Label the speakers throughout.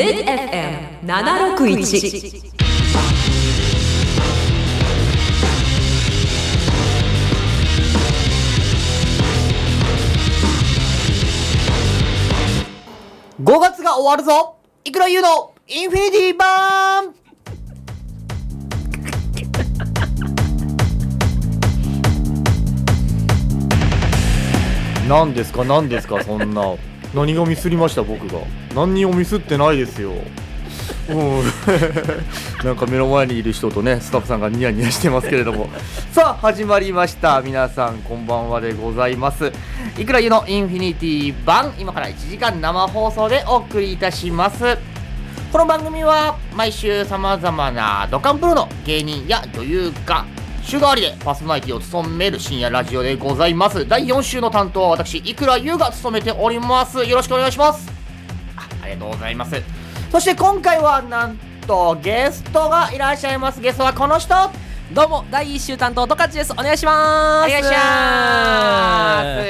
Speaker 1: FM 七六一。
Speaker 2: 5月が終わるぞいくら言うのインフィニティバーン
Speaker 3: 何ですか何ですかそんな何がミスりました僕が何にもミスってないですようんなんか目の前にいる人とねスタッフさんがニヤニヤしてますけれど もさあ始まりました皆さんこんばんはでございますいくらゆのインフィニティ版今から1時間生放送でお送りいたしますこの番組は毎週さまざまなドカンプロの芸人や女優が週替わりでパーソナリティを務める深夜ラジオでございます第4週の担当は私いくら優が務めておりますよろしくお願いしますあありがとうございますそして今回はなんとゲストがいらっしゃいますゲストはこの人
Speaker 4: どうも第一週担当トカチですお願いしま
Speaker 3: お
Speaker 4: す
Speaker 3: 願いします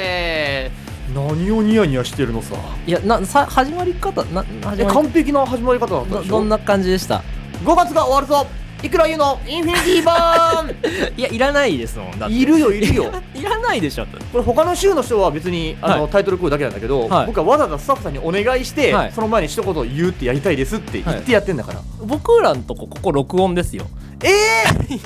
Speaker 3: 何をニヤニヤしてるのさ
Speaker 4: いやなさ始まり方な始まり
Speaker 3: 完璧な始まり方だった
Speaker 4: ど
Speaker 3: でし
Speaker 4: ど
Speaker 3: ょ
Speaker 4: ん
Speaker 3: 5
Speaker 4: な感じでした
Speaker 3: 月が終わるぞいくら優のインフィニティバーン
Speaker 4: いやいらないですもんだって
Speaker 3: いるよいるよ
Speaker 4: いらないでしょだって
Speaker 3: これ他の週の人は別にあの、
Speaker 4: はい
Speaker 3: タイトルコールだけなんだけど、
Speaker 4: はい
Speaker 3: 僕はわざわざスタッフさんにお願いして、
Speaker 4: はい
Speaker 3: その前に一言言うってやりたいですって言ってやってんだから、
Speaker 4: 僕らんとこここ録音ですよ
Speaker 3: えー、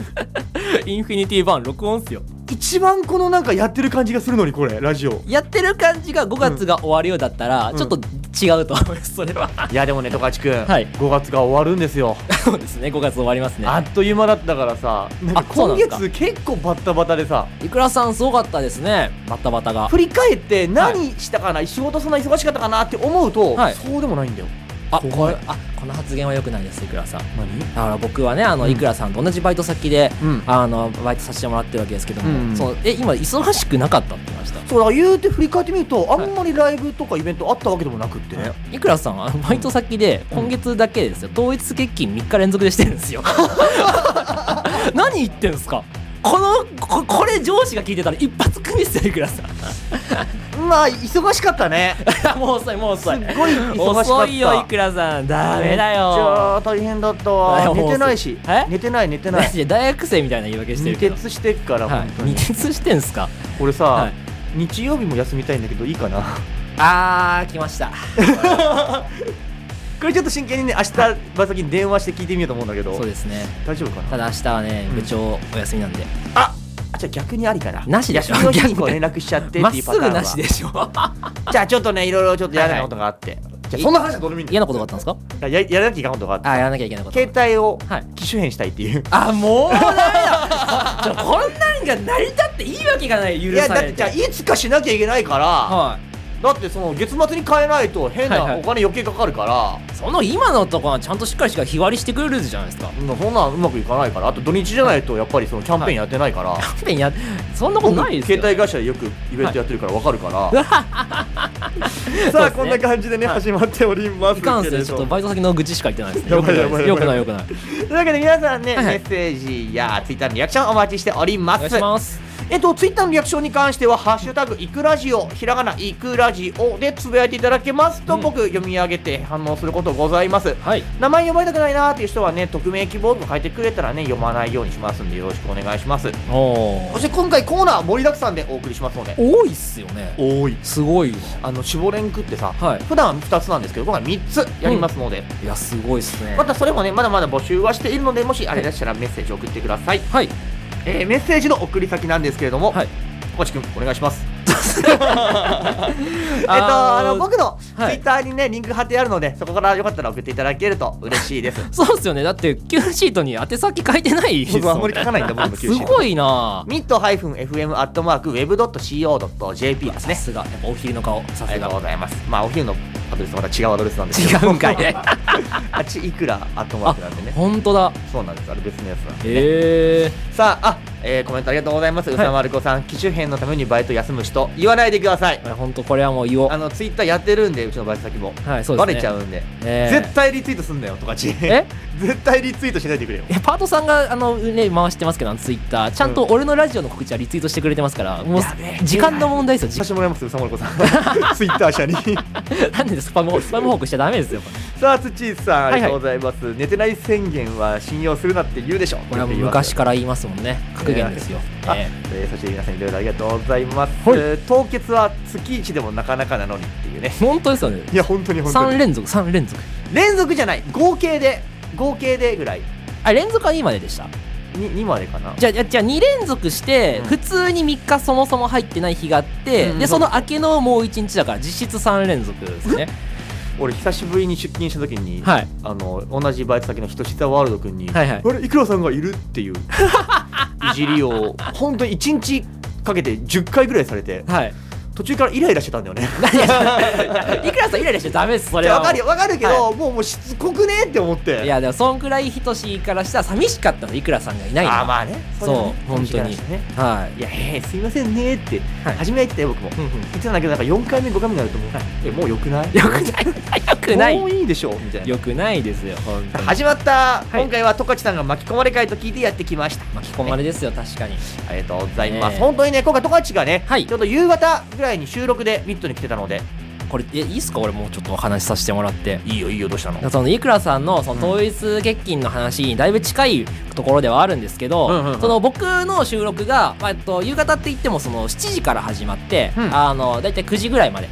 Speaker 4: インフィニティバーン録音っすよ
Speaker 3: 一番このなんかやってる感じがするのにこれラジオ
Speaker 4: やってる感じが5月が終わるようだったら、
Speaker 3: うん
Speaker 4: ちょっと違うと思いますそれは
Speaker 3: いやでもね十勝くん、
Speaker 4: はい
Speaker 3: 5月が終わるんですよ、
Speaker 4: そうですね5月終わりますね
Speaker 3: あっという間だったからさなんか
Speaker 4: あそうな
Speaker 3: 今
Speaker 4: んですか
Speaker 3: 月結構バッタバタでさ
Speaker 4: いくらさんすごかったですねバタバタが
Speaker 3: 振り返って何したかな、仕事そんな忙しかったかなって思うと、
Speaker 4: はい
Speaker 3: そうでもないんだよ
Speaker 4: あこ
Speaker 3: 怖い
Speaker 4: れあこの発言は良くないですいくらさん
Speaker 3: 何
Speaker 4: だから僕はねあの、
Speaker 3: うん
Speaker 4: いくらさんと同じバイト先で、
Speaker 3: うん
Speaker 4: あのバイトさせてもらってるわけですけども、
Speaker 3: うん
Speaker 4: そうえ今忙しくなかったって言いました
Speaker 3: そうだから言うて振り返ってみるとあんまりライブとかイベントあったわけでもなくってね、
Speaker 4: いくらさんはバイト先で今月だけですよ統一欠勤3日連続でしてるんです よ何言ってんすかこのここれ上司が聞いてたら一発組ですよいくらさん
Speaker 3: まあ忙しかったね
Speaker 4: もう遅いもう遅い
Speaker 3: すっごい忙しかった
Speaker 4: 遅いよいくらさんダメだ
Speaker 3: じゃ
Speaker 4: よ
Speaker 3: あ大変だったわ
Speaker 4: 大変
Speaker 3: 寝てないし
Speaker 4: え
Speaker 3: 寝てない寝てない
Speaker 4: いや大学生みたいな言い訳して
Speaker 3: 二
Speaker 4: るけど
Speaker 3: 徹してっから
Speaker 4: は
Speaker 3: 本当
Speaker 4: い、
Speaker 3: に
Speaker 4: 二徹してんすか
Speaker 3: 俺さ、
Speaker 4: はい
Speaker 3: 日曜日も休みたいんだけどいいかな
Speaker 4: あー来ました
Speaker 3: これちょっと真剣にね明日バイト先に電話して聞いてみようと思うんだけど
Speaker 4: そうですね
Speaker 3: 大丈夫かな
Speaker 4: ただ明日はね
Speaker 3: うん
Speaker 4: 部長お休みなんで、
Speaker 3: ああじゃあ逆にありかな
Speaker 4: なしでしょ
Speaker 3: 休みの日にこう
Speaker 4: 逆
Speaker 3: 連
Speaker 4: に
Speaker 3: 絡しちゃってっていう
Speaker 4: ま
Speaker 3: パ
Speaker 4: っ
Speaker 3: タ
Speaker 4: す
Speaker 3: ーンは
Speaker 4: ぐなしで しょ
Speaker 3: じゃあちょっとねいろいろちょっと嫌なことがあって、じゃあそんな話はどうでもいいんだ
Speaker 4: 嫌なことがあったんですか
Speaker 3: やややらなきゃいけないことがあって
Speaker 4: あやらなきゃいけないこと
Speaker 3: 携帯を
Speaker 4: はい
Speaker 3: 機種変したいっていう
Speaker 4: あもうダ メだちょこんなんが成り立っていいわけがない許
Speaker 3: いや
Speaker 4: さ
Speaker 3: だっ
Speaker 4: れ
Speaker 3: て
Speaker 4: て
Speaker 3: じゃあいつかしなきゃいけないから、
Speaker 4: は
Speaker 3: だってその月末に変えないと変な
Speaker 4: はいはい
Speaker 3: お金余計かかるから、
Speaker 4: いその今のとこはちゃんとしっかりしか日割りしてくれるじゃないですか
Speaker 3: うんそんなんうまくいかないからあと土日じゃないとやっぱりそのキャンペーンやってないから、
Speaker 4: 勘弁やそんなこと
Speaker 3: 僕
Speaker 4: ないですよ
Speaker 3: 携帯会社でよくイベントやってるからわかるから、さ
Speaker 4: そう
Speaker 3: あ
Speaker 4: ですね
Speaker 3: こんな感じでね、始まっております
Speaker 4: いかん
Speaker 3: け
Speaker 4: せ
Speaker 3: れ
Speaker 4: んちょっ
Speaker 3: ど
Speaker 4: と
Speaker 3: も
Speaker 4: バイト先の愚痴しか言ってないですね
Speaker 3: や
Speaker 4: よ
Speaker 3: ば
Speaker 4: く
Speaker 3: い
Speaker 4: な
Speaker 3: や
Speaker 4: い
Speaker 3: ば
Speaker 4: です
Speaker 3: いや
Speaker 4: よ
Speaker 3: ばい
Speaker 4: くないよくない
Speaker 3: というわけで皆さんね、
Speaker 4: はいはい
Speaker 3: メッセージやツイッターのリアクションお待ちしておりま
Speaker 4: お願い
Speaker 3: す
Speaker 4: します
Speaker 3: えっとツイッターのリアクションに関しては「ハッシュタグいくラジオ」ひらがな「いくラジオ」でつぶやいていただけますと、
Speaker 4: うん
Speaker 3: 僕読み上げて反応することございます
Speaker 4: はい
Speaker 3: 名前呼ばれたくないなーっていう人はね匿名希望とか書いてくれたらね読まないようにしますんでよろしくお願いします
Speaker 4: おお
Speaker 3: そして今回コーナー盛りだくさんでお送りしますので
Speaker 4: 多いっすよね
Speaker 3: 多い
Speaker 4: すごいわ
Speaker 3: あの絞れんくってさ、
Speaker 4: はい
Speaker 3: 普段は2つなんですけど今回3つやりますので、
Speaker 4: いやすごいっすね
Speaker 3: またそれもねまだまだ募集はしているのでもしあれでしたらメッセージ送ってください、
Speaker 4: はい
Speaker 3: えーメッセージの送り先なんですけれども、
Speaker 4: はい
Speaker 3: 小地君お願いしますえっと
Speaker 4: あー
Speaker 3: あの僕のツイ
Speaker 4: はい
Speaker 3: ッターにねリンク貼ってあるのでそこからよかったら送っていただけると嬉し いです
Speaker 4: そうっすよねだって Q シートに宛先書いてないです
Speaker 3: 僕はあん
Speaker 4: も
Speaker 3: ま
Speaker 4: ん
Speaker 3: り
Speaker 4: ね
Speaker 3: 書かないんだ僕の
Speaker 4: す
Speaker 3: Q シート
Speaker 4: ごいな
Speaker 3: ミッド -fm.markweb.co.jp です
Speaker 4: さ
Speaker 3: ね。
Speaker 4: すがやっぱお昼の顔さ
Speaker 3: あ
Speaker 4: す
Speaker 3: りがとう
Speaker 4: が
Speaker 3: ございます。まあ、お昼のアドレスはまた違うアドレスなんですけど。
Speaker 4: 違うんかい
Speaker 3: あっちいくらアットマークなんでね。
Speaker 4: 本当だ
Speaker 3: そうなんです。あれ別のやつなんで。
Speaker 4: へえ
Speaker 3: さあ、あ、えー、コメントありがとうございます。うさまるこさん、機種変のためにバイト休む人、言わないでください。
Speaker 4: 本当これはもう言おう
Speaker 3: あの、ツイッターやってるんで、うちのバイト先も。
Speaker 4: はいそうですね
Speaker 3: バレちゃうんで。
Speaker 4: えー
Speaker 3: 絶対リツイートすんなよ、とかち。
Speaker 4: え
Speaker 3: 絶対リツイートしないでくれよ。
Speaker 4: いやパートさんがあのね回してますけどツイッターちゃんと俺のラジオの告知はリツイートしてくれてますからもう
Speaker 3: やべえ
Speaker 4: 時間の問題です
Speaker 3: さ
Speaker 4: よ
Speaker 3: せてもらいます、うさまるこさん。ツイッター社に。
Speaker 4: 時間なんでスパムスパム報告しちゃダメですよこれ
Speaker 3: さあ土井さんあ
Speaker 4: はいはい
Speaker 3: りがとうございます、寝てない宣言は信用するなって言うでしょ
Speaker 4: これはもう昔から言いますもんね格言ですよ、
Speaker 3: あ
Speaker 4: え
Speaker 3: えーそして皆さんいろいろありがとうございます、
Speaker 4: はい
Speaker 3: えー凍結は月一でもなかなかなのにっていうね
Speaker 4: え本当ですよね
Speaker 3: いや本当に本当
Speaker 4: 3
Speaker 3: に
Speaker 4: 連続3連続
Speaker 3: 連続じゃない合計で合計でぐらい
Speaker 4: あ連続は2まででした
Speaker 3: に2までかな
Speaker 4: じゃあじゃあじゃあ2連続して
Speaker 3: うん
Speaker 4: 普通に3日そもそも入ってない日があって、
Speaker 3: うん
Speaker 4: で
Speaker 3: そ
Speaker 4: そうの明けのもう1日だから実質3連続ですね
Speaker 3: 俺久しぶりに出勤した時に、
Speaker 4: はい
Speaker 3: あの同じバイト先の人下ワールド君に「
Speaker 4: はいはい
Speaker 3: あれいくらさんがいる?」っていういじりを本当に1日かけて10回ぐらいされて
Speaker 4: はい
Speaker 3: 途中からイライラしてたんだよね
Speaker 4: いくらさんイライラしちゃダメですそ
Speaker 3: い
Speaker 4: れ
Speaker 3: や
Speaker 4: は
Speaker 3: わかるよわかるけど、
Speaker 4: は
Speaker 3: もうもうしつこくねって思って
Speaker 4: いやでもそんくらい等しいからしたら寂しかったのいくらさんがいないの
Speaker 3: あーまあねれはね
Speaker 4: そう本当に
Speaker 3: 寂しい話だね
Speaker 4: はい
Speaker 3: いやえーすいませんねーって、
Speaker 4: はい
Speaker 3: 初めて言ったよ僕も、
Speaker 4: うんうん
Speaker 3: 言ってたんだけどなんか4回目5回目になるともう、えもうよくない
Speaker 4: よくないよくな
Speaker 3: もう
Speaker 4: い
Speaker 3: いいでしょみたいな
Speaker 4: よくないですよ本当に
Speaker 3: 始まった、
Speaker 4: い
Speaker 3: 今回はトカチさんが巻き込まれ会と聞いてやってきました
Speaker 4: 巻き込まれですよ確かに
Speaker 3: ありがとうございます、
Speaker 4: ねえ
Speaker 3: 本当にね今回トカチがね、
Speaker 4: はい
Speaker 3: ちょっと夕方ぐらいに収録でミッドに来てたので
Speaker 4: これえいいっすか俺もうちょっとお話しさせてもらって
Speaker 3: いいよいいよどうしたの
Speaker 4: そのいくらさんのその統一欠勤の話にだいぶ近いところではあるんですけど、
Speaker 3: うんうんうん
Speaker 4: その僕の収録が、まあえっと、夕方って言ってもその7時から始まって、
Speaker 3: うん
Speaker 4: あのだいたい9時ぐらいまで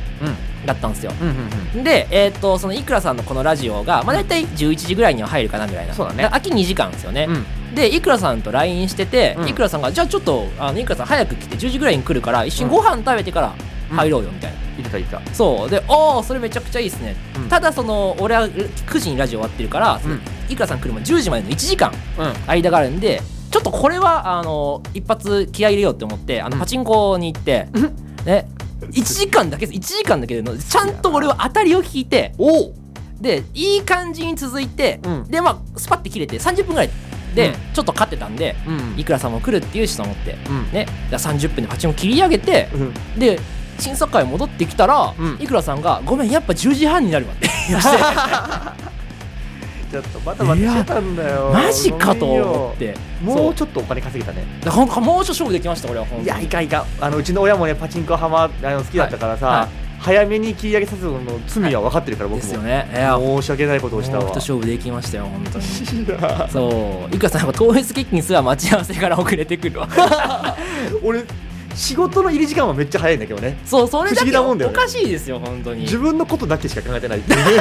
Speaker 3: う
Speaker 4: だったんですよ。
Speaker 3: んうんうん
Speaker 4: で、えっとそのいくらさんのこのラジオが、まあ、大体11時ぐらいには入るかなぐらいな
Speaker 3: そうだね
Speaker 4: から秋2時間ですよね、
Speaker 3: うんうん
Speaker 4: でいくらさんと LINE してて、
Speaker 3: うん
Speaker 4: いくらさんがじゃあちょっとあのいくらさん早く来て10時ぐらいに来るから一緒にご飯食べてから入ろうよみたいな、
Speaker 3: いたいた
Speaker 4: そうでああそれめちゃくちゃいいですね、
Speaker 3: うん
Speaker 4: ただその俺は9時にラジオ終わってるから、その
Speaker 3: うん
Speaker 4: いくらさん来るまで10時までの1時間
Speaker 3: うん
Speaker 4: 間があるんでちょっとこれはあの一発気合い入れようって思ってあ
Speaker 3: う
Speaker 4: の
Speaker 3: ん
Speaker 4: パチンコに行って、ね1時間だけです1時間だけでのちゃんと俺は当たりを引いて
Speaker 3: おう
Speaker 4: でいい感じに続いて、
Speaker 3: うん
Speaker 4: でまあスパッて切れて30分ぐらいで、
Speaker 3: うん
Speaker 4: ちょっと勝ってたんで
Speaker 3: うん
Speaker 4: いくらさんも来るっていうしと思って、
Speaker 3: うん
Speaker 4: ねだから30分でパチンコ切り上げて、
Speaker 3: うん
Speaker 4: で審査会戻ってきたら、
Speaker 3: うん
Speaker 4: いくらさんが「ごめんやっぱ10時半になるわ」って言いまして
Speaker 3: ちょっとバタバタしてたんだよ
Speaker 4: マジかと思っ
Speaker 3: ごめんよ
Speaker 4: て
Speaker 3: もう
Speaker 4: ょ
Speaker 3: ちょっとお金稼げたね
Speaker 4: っとなんかもうちょっと勝負できました俺は本
Speaker 3: い
Speaker 4: 当
Speaker 3: や
Speaker 4: に
Speaker 3: いかんいかんあのうちの親もねパチンコはまあの好きだったからさ、
Speaker 4: はいはい
Speaker 3: 早めに切り上げさせるのの罪は分かってるから、
Speaker 4: で
Speaker 3: 僕
Speaker 4: すよ
Speaker 3: も、
Speaker 4: ねいやもう
Speaker 3: 申し訳ないことをし
Speaker 4: ち
Speaker 3: た
Speaker 4: ょっと
Speaker 3: わ
Speaker 4: 勝負できましたよ本当に
Speaker 3: いや
Speaker 4: そういくらさんが統一欠勤すら待ち合わせから遅れてくる わ
Speaker 3: 俺仕事の入り時間はめっちゃ早いんだけどね
Speaker 4: そうそれだけ
Speaker 3: 不思議なも
Speaker 4: お
Speaker 3: んだよね
Speaker 4: かしいですよ本当に
Speaker 3: 自分のことだけしか考え てないっていう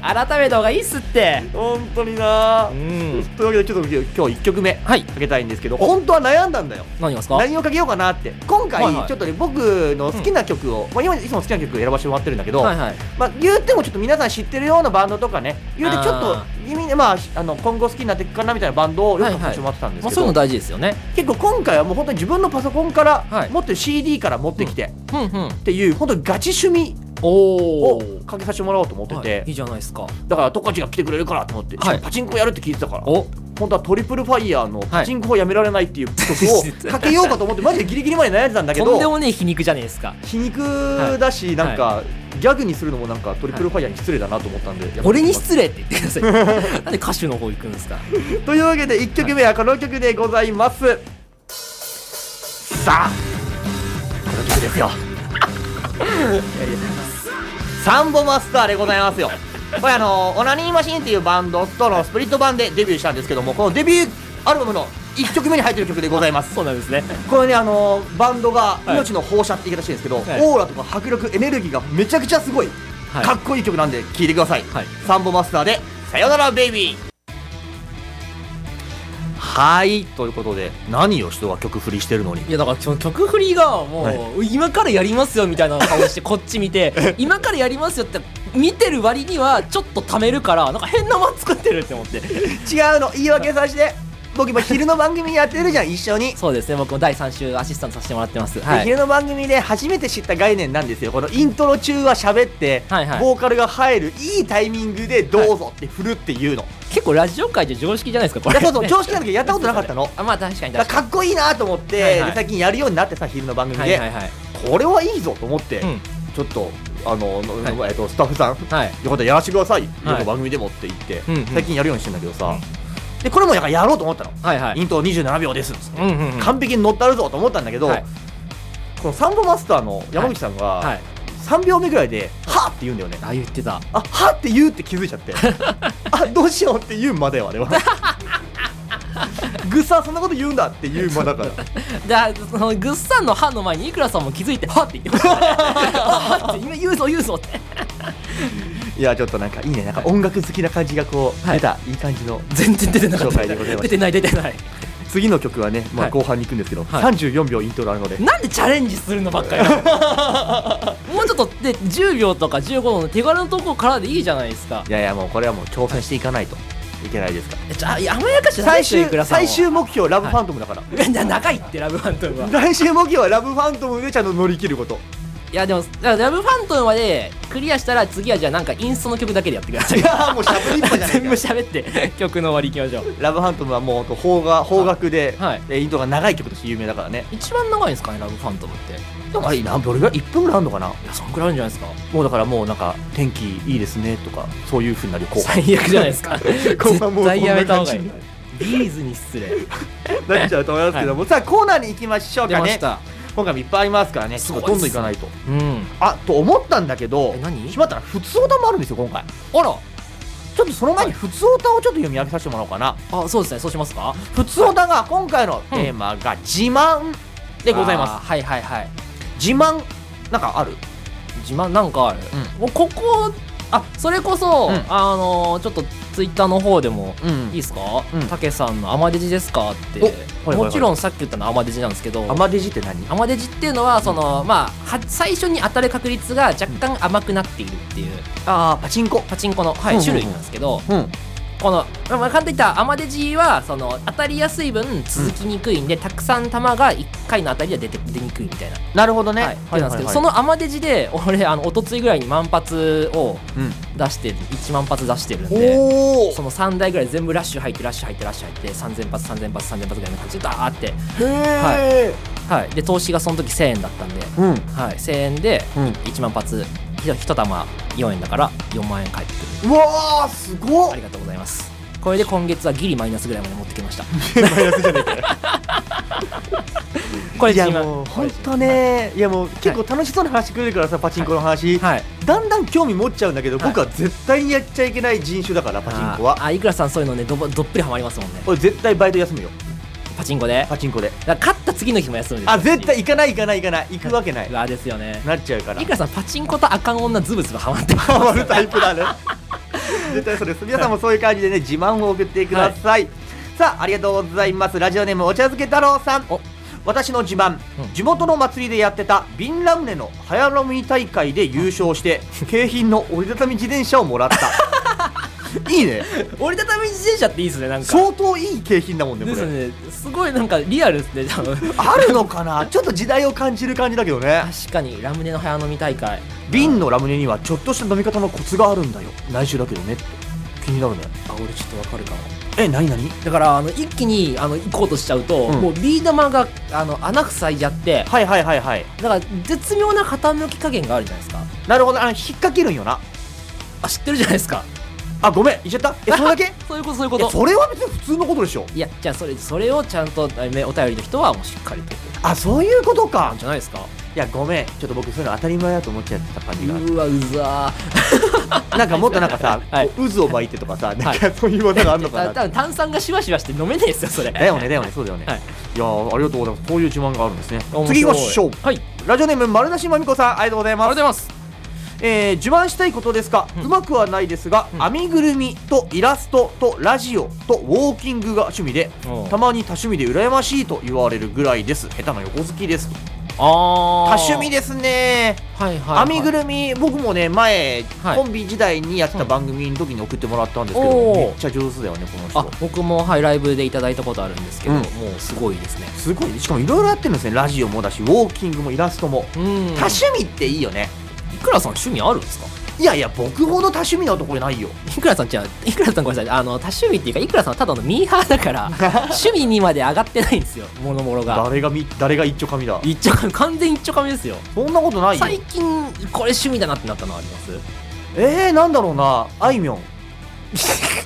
Speaker 4: 改めた方がいいっすって
Speaker 3: 本当にな
Speaker 4: うん
Speaker 3: というわけでちょっと今日1曲目か
Speaker 4: はい
Speaker 3: けたいんですけど本当は悩んだんだよ
Speaker 4: 何がですか
Speaker 3: 何をかけようかなって今回
Speaker 4: はいはい
Speaker 3: ちょっとね僕の好きな曲を、まあ、今いつも好きな曲選ばせてもらってるんだけど、
Speaker 4: はいはい
Speaker 3: まあ、言ってもちょっと皆さん知ってるようなバンドとかね言うてちょっと
Speaker 4: あ
Speaker 3: 意味で、まあ、あの今後好きになっていくかなみたいなバンドをよ
Speaker 4: は
Speaker 3: く
Speaker 4: い
Speaker 3: か
Speaker 4: は
Speaker 3: け
Speaker 4: い
Speaker 3: てもらってたんです
Speaker 4: まあ
Speaker 3: け
Speaker 4: そ
Speaker 3: ど、
Speaker 4: ういうの大事ですよね
Speaker 3: 結構今回はもう本当に自分のパソコンから、
Speaker 4: はい
Speaker 3: 持ってる CD から持ってきて、っ
Speaker 4: うんうん
Speaker 3: ていう本当にガチ趣味
Speaker 4: お
Speaker 3: を
Speaker 4: お
Speaker 3: かけさせてもらおうと思ってて、
Speaker 4: いいじゃないですか
Speaker 3: だからトカチが来てくれるからと思って、
Speaker 4: はい
Speaker 3: パチンコやるって聞いてたから
Speaker 4: お
Speaker 3: 本当はトリプルファイヤーのパチンコをやめられないっていう 曲をかけようかと思ってマジでギリギリまで悩んでたんだけ
Speaker 4: とんで
Speaker 3: ど
Speaker 4: もねえ皮肉じゃねえですか
Speaker 3: 皮肉だし、なんか、ギャグにするのもなんかトリプルファイヤーに失礼だなと思ったんで、やめて
Speaker 4: 俺に失礼って言ってください なんで歌手の方行くんですか
Speaker 3: というわけで1曲目はこの曲でございます、さあこの曲ですよ サンボマスターでございますよこれあのオナニーマシンっていうバンドとのスプリット版でデビューしたんですけどもこのデビューアルバムの1曲目に入ってる曲でございます
Speaker 4: そうなんですね
Speaker 3: これねあのバンドが「
Speaker 4: い
Speaker 3: 命の放射」って言い方してるんですけど、
Speaker 4: はい
Speaker 3: オーラとか迫力エネルギーがめちゃくちゃすごい、
Speaker 4: はい
Speaker 3: かっこいい曲なんで聴いてください、
Speaker 4: はい
Speaker 3: サンボマスターで「さよならベイビー」はいということで何を人は曲振りしてるのに
Speaker 4: いやだからその曲振りがもう、今からやりますよみたいな顔してこっち見 て今からやりますよって見てる割にはちょっとためるからなんか変なもん作ってるって思 って
Speaker 3: 違うの言い訳させて僕今昼の番組やってるじゃん一緒に、
Speaker 4: そうですね僕も第3週アシスタントさせてもらってます
Speaker 3: で
Speaker 4: はい
Speaker 3: 昼の番組で初めて知った概念なんですよこのイントロ中は喋って、
Speaker 4: はいはい
Speaker 3: ボーカルが入るいいタイミングでどうぞって振るっていうの、
Speaker 4: 結構ラジオ界で常識じゃないですかこ
Speaker 3: い
Speaker 4: れ
Speaker 3: やそうそう
Speaker 4: ね
Speaker 3: 常識なんだけどやったことなかったの
Speaker 4: あまあ確かに
Speaker 3: だ
Speaker 4: 確
Speaker 3: から
Speaker 4: か
Speaker 3: かっこいいなと思って、
Speaker 4: はいはい
Speaker 3: で最近やるようになってさ昼の番
Speaker 4: に
Speaker 3: 組で、
Speaker 4: はいはいはい
Speaker 3: これはいいぞと思って、
Speaker 4: うん
Speaker 3: ちょっとあの、
Speaker 4: は
Speaker 3: えっと、スタッフさん
Speaker 4: はい
Speaker 3: よかったらやらせてください、よく番組でもって言って、
Speaker 4: うんうん
Speaker 3: 最近やるようにしてんだけどさ、でこれもやっぱやろうと思ったの、
Speaker 4: はいは
Speaker 3: イ
Speaker 4: い
Speaker 3: ントロ27秒ですっつって
Speaker 4: うんうんうん
Speaker 3: 完璧に乗ったるぞと思ったんだけど、
Speaker 4: はい
Speaker 3: このサンボマスターの山口さんが、
Speaker 4: はい
Speaker 3: 3秒目ぐらいで「はっ!」って言うんだよね
Speaker 4: あ言ってた
Speaker 3: あはって言うって気づいちゃって あどうしようって言うまだよあれはぐっさんそんなこと言うんだって言う間だから
Speaker 4: じゃあそのぐっさんの歯の前にいくらさんも気づいて「はっ!」って言ってま した、ね、はっって今言うぞ言うぞって
Speaker 3: いやちょっとなんかいいねなんか音楽好きな感じがこう出た、い、い感じの
Speaker 4: 全然出てなかっ
Speaker 3: 紹
Speaker 4: た
Speaker 3: 介でございま
Speaker 4: 出
Speaker 3: す
Speaker 4: てない出てない
Speaker 3: 次の曲はね、ま
Speaker 4: は
Speaker 3: あ、
Speaker 4: い
Speaker 3: 後半に行くんですけど、
Speaker 4: はい
Speaker 3: 34秒イントロあるので、
Speaker 4: なんでチャレンジするのばっかりなの もうちょっとで10秒とか15秒の手軽なとこからでいいじゃないですか
Speaker 3: いやいやもうこれはもう挑戦していかないといけないですから
Speaker 4: えちょあ甘やかし
Speaker 3: 最
Speaker 4: 終
Speaker 3: 終最終目標ラブファントムだから、
Speaker 4: 長 いってラブファントムは
Speaker 3: 来週目標はラブファントムでちゃんと乗り切る こと
Speaker 4: いやでもララブファントムまでクリアしたら次はじゃあなんかインストの曲だけでやってくださ
Speaker 3: い
Speaker 4: い
Speaker 3: やーもうしゃべりっぱじゃ ない
Speaker 4: 全
Speaker 3: か
Speaker 4: 部喋って 曲の終わりいきましょう
Speaker 3: ラブファントムはもうほんと邦画邦楽で、
Speaker 4: はい
Speaker 3: えイントロが長い曲として有名だからね
Speaker 4: 一番長いんですかねラブファントムってい
Speaker 3: だから何分ぐらい1分ぐらいあるのかな
Speaker 4: やそんくらいあるんじゃないですか
Speaker 3: もうだからもうなんか天気いいですねとかそういうふうになる後半
Speaker 4: 最悪じゃないです か絶
Speaker 3: 後半もうそんな感
Speaker 4: 対
Speaker 3: じ
Speaker 4: やめた方がいいビーズに失礼
Speaker 3: なっちゃうと思いますけども、さあコーナーに行きましょう
Speaker 4: 出
Speaker 3: か
Speaker 4: ま
Speaker 3: ね
Speaker 4: した
Speaker 3: 今回もいっぱいありますからねちょっとどんどん行かないと
Speaker 4: うん
Speaker 3: あと思ったんだけど
Speaker 4: え何
Speaker 3: しまったら普通歌もあるんですよ今回
Speaker 4: あら
Speaker 3: ちょっとその前に普通歌をちょっと読み上げさせてもらおうかな
Speaker 4: あそうですねそうしますか
Speaker 3: 普通歌が今回のテーマが自慢でござい
Speaker 4: あ
Speaker 3: ま
Speaker 4: ーはいはいはい
Speaker 3: す自慢なんかある
Speaker 4: 自慢なんかある、
Speaker 3: う
Speaker 4: もうここあそれこそ、
Speaker 3: うん
Speaker 4: あのーちょっとツイッターの方でも、
Speaker 3: うん
Speaker 4: いいですか
Speaker 3: うん
Speaker 4: たけ、さんの「アマデジですか?」って、
Speaker 3: おはいはいはい
Speaker 4: もちろんさっき言ったのは「アマデジなんですけど
Speaker 3: 甘デジって何
Speaker 4: アマデジっていうのはその、まあは最初に当たる確率が若干甘くなっているっていう
Speaker 3: あーパチンコ
Speaker 4: パチンコの、はい
Speaker 3: うんうんうん
Speaker 4: 種類なんですけど、
Speaker 3: うん
Speaker 4: この、まあ、簡単に言ったらアマデジはその当たりやすい分続きにくいんで、たくさん球が1回の当たりでは出て出にくいみたいな
Speaker 3: なるほどね、
Speaker 4: はい、なんですけど、そのアマデジで 俺あの一昨日ぐらいに万発を
Speaker 3: うん
Speaker 4: 出して1万発出してるんで
Speaker 3: おお
Speaker 4: その3台ぐらい全部ラッシュ入ってラッシュ入ってラッシュ入って3000発3000発3000発ぐらいの感じでダーって、
Speaker 3: へえ、
Speaker 4: はい、で投資がその時1000円だったんで、
Speaker 3: うん
Speaker 4: はい、1000円で
Speaker 3: うん
Speaker 4: 1万発ひと一玉4円だから4万円返ってくる
Speaker 3: うわーすご
Speaker 4: あ
Speaker 3: っ
Speaker 4: りがとうございますこれで今月はギリマイナスぐらいまで持ってきま した
Speaker 3: マイナスじゃないか
Speaker 4: これ
Speaker 3: いや
Speaker 4: 自慢
Speaker 3: もう本当ね、いやもう結構楽しそうな話くれるからさ、パチンコの話、
Speaker 4: はい
Speaker 3: だんだん興味持っちゃうんだけど、
Speaker 4: はい
Speaker 3: 僕は絶対にやっちゃいけない人種だから、パチンコは。
Speaker 4: あいくらさんそういうのねどぼどっぷりハマりますもんね
Speaker 3: 俺、絶対バイト休むよ、
Speaker 4: パチンコで
Speaker 3: パチンコで。
Speaker 4: だから勝った次の日も休むですよ。
Speaker 3: あ、絶対行かない、行かない、行かない、行くわけないう
Speaker 4: わですよね
Speaker 3: なっちゃうから
Speaker 4: いく。らさんパチンコとあかん女ズブズブハマってます
Speaker 3: ハマるタイプだね。絶対そうです。皆さんもそういう感じでね、自慢を送ってください。さあ、ありがとうございます。ラジオネームお茶漬け太郎さん
Speaker 4: お。
Speaker 3: 私の自慢、
Speaker 4: うん
Speaker 3: 地元の祭りでやってたビンラムネの早飲み大会で優勝して、景品の折りたたみ自転車をもらった。 いいね。
Speaker 4: 折りたたみ自転車っていいですねなんか
Speaker 3: 相当いい景品だもんね、
Speaker 4: で
Speaker 3: こ
Speaker 4: す
Speaker 3: れ。
Speaker 4: ねすごいなんかリアルですね多分
Speaker 3: あるのかなちょっと時代を感じる感じだけどね。
Speaker 4: 確かにラムネの早飲み大会
Speaker 3: 瓶のラムネにはちょっとした飲み方のコツがあるんだよ。内緒だけどねって。気になるね。
Speaker 4: あ俺ちょっとわかるかも
Speaker 3: え、なになに
Speaker 4: だからあの一気にあの行こうとしちゃうと、
Speaker 3: うん
Speaker 4: もうビー玉があの穴塞いじゃって
Speaker 3: はいはいはいはい。
Speaker 4: だから絶妙な傾き加減があるじゃないですか
Speaker 3: なるほど、あの、引っ掛けるんよな。
Speaker 4: あ知ってるじゃないですか
Speaker 3: あ、ごめん、言っちゃった。え、それだけ
Speaker 4: そういうことそういうこ
Speaker 3: え
Speaker 4: と
Speaker 3: それは別に普通のことでしょ。
Speaker 4: いやじゃあそれそれをちゃんとあねお便りの人はもうしっかりと
Speaker 3: あ、そういうこと
Speaker 4: な
Speaker 3: か
Speaker 4: ん。じゃないですか
Speaker 3: いや、ごめん。ちょっと僕、そういうの当たり前だと思っちゃってた感じがある。
Speaker 4: うわうざー
Speaker 3: なんかもっとなんかさ、
Speaker 4: はい
Speaker 3: こう渦を巻いてとかさ、なんかそういう技があるのかな
Speaker 4: だ
Speaker 3: って。
Speaker 4: 多分炭酸がシュワシュワして飲めねえですよそれ
Speaker 3: だよね、だよね、そうだよね。
Speaker 4: はいい、
Speaker 3: やーありがとうございます。こういう自慢があるんですね
Speaker 4: 面。白い
Speaker 3: 次行きましょう。
Speaker 4: はいあり
Speaker 3: ラジオネーム、丸出しまみこさん、ありがとうござい
Speaker 4: がとうご
Speaker 3: ます。
Speaker 4: ざいます
Speaker 3: えー自慢したいことですが、う
Speaker 4: うん
Speaker 3: まくはないですが、
Speaker 4: うん
Speaker 3: 編みぐるみとイラストとラジオとウォーキングが趣味で
Speaker 4: おう
Speaker 3: たまに多趣味で羨ましいと言われるぐらいです下手な横好きです
Speaker 4: あ
Speaker 3: 多
Speaker 4: あ
Speaker 3: 趣味ですね
Speaker 4: はいはい、はい、
Speaker 3: 編みぐるみ僕もね前、
Speaker 4: はい
Speaker 3: コンビ時代にやってた番組の時に送ってもらったんですけど、
Speaker 4: おー
Speaker 3: めっちゃ上手だよねこの
Speaker 4: あ
Speaker 3: 人
Speaker 4: 僕もはいライブでいただいたことあるんですけど、
Speaker 3: うん
Speaker 4: もうすごいですね
Speaker 3: すごいしかもいろいろやってるんですねラジオもだしウォーキングもイラストも、
Speaker 4: うん
Speaker 3: 多趣味っていいよね
Speaker 4: いくらさん趣味あるんですか
Speaker 3: いやいや僕ほど多趣味な男いないよ
Speaker 4: いくらさんじゃあいくらさんごめんなさいあの多趣味っていうかいくらさんはただのミーハーだから 趣味にまで上がってないんですよもろもろが
Speaker 3: 誰がみ誰が一丁紙だ
Speaker 4: 一丁紙完全一丁紙ですよ
Speaker 3: そんなことないよ
Speaker 4: 最近これ趣味だなってなったのあります
Speaker 3: えー、なんだろうなあいみょん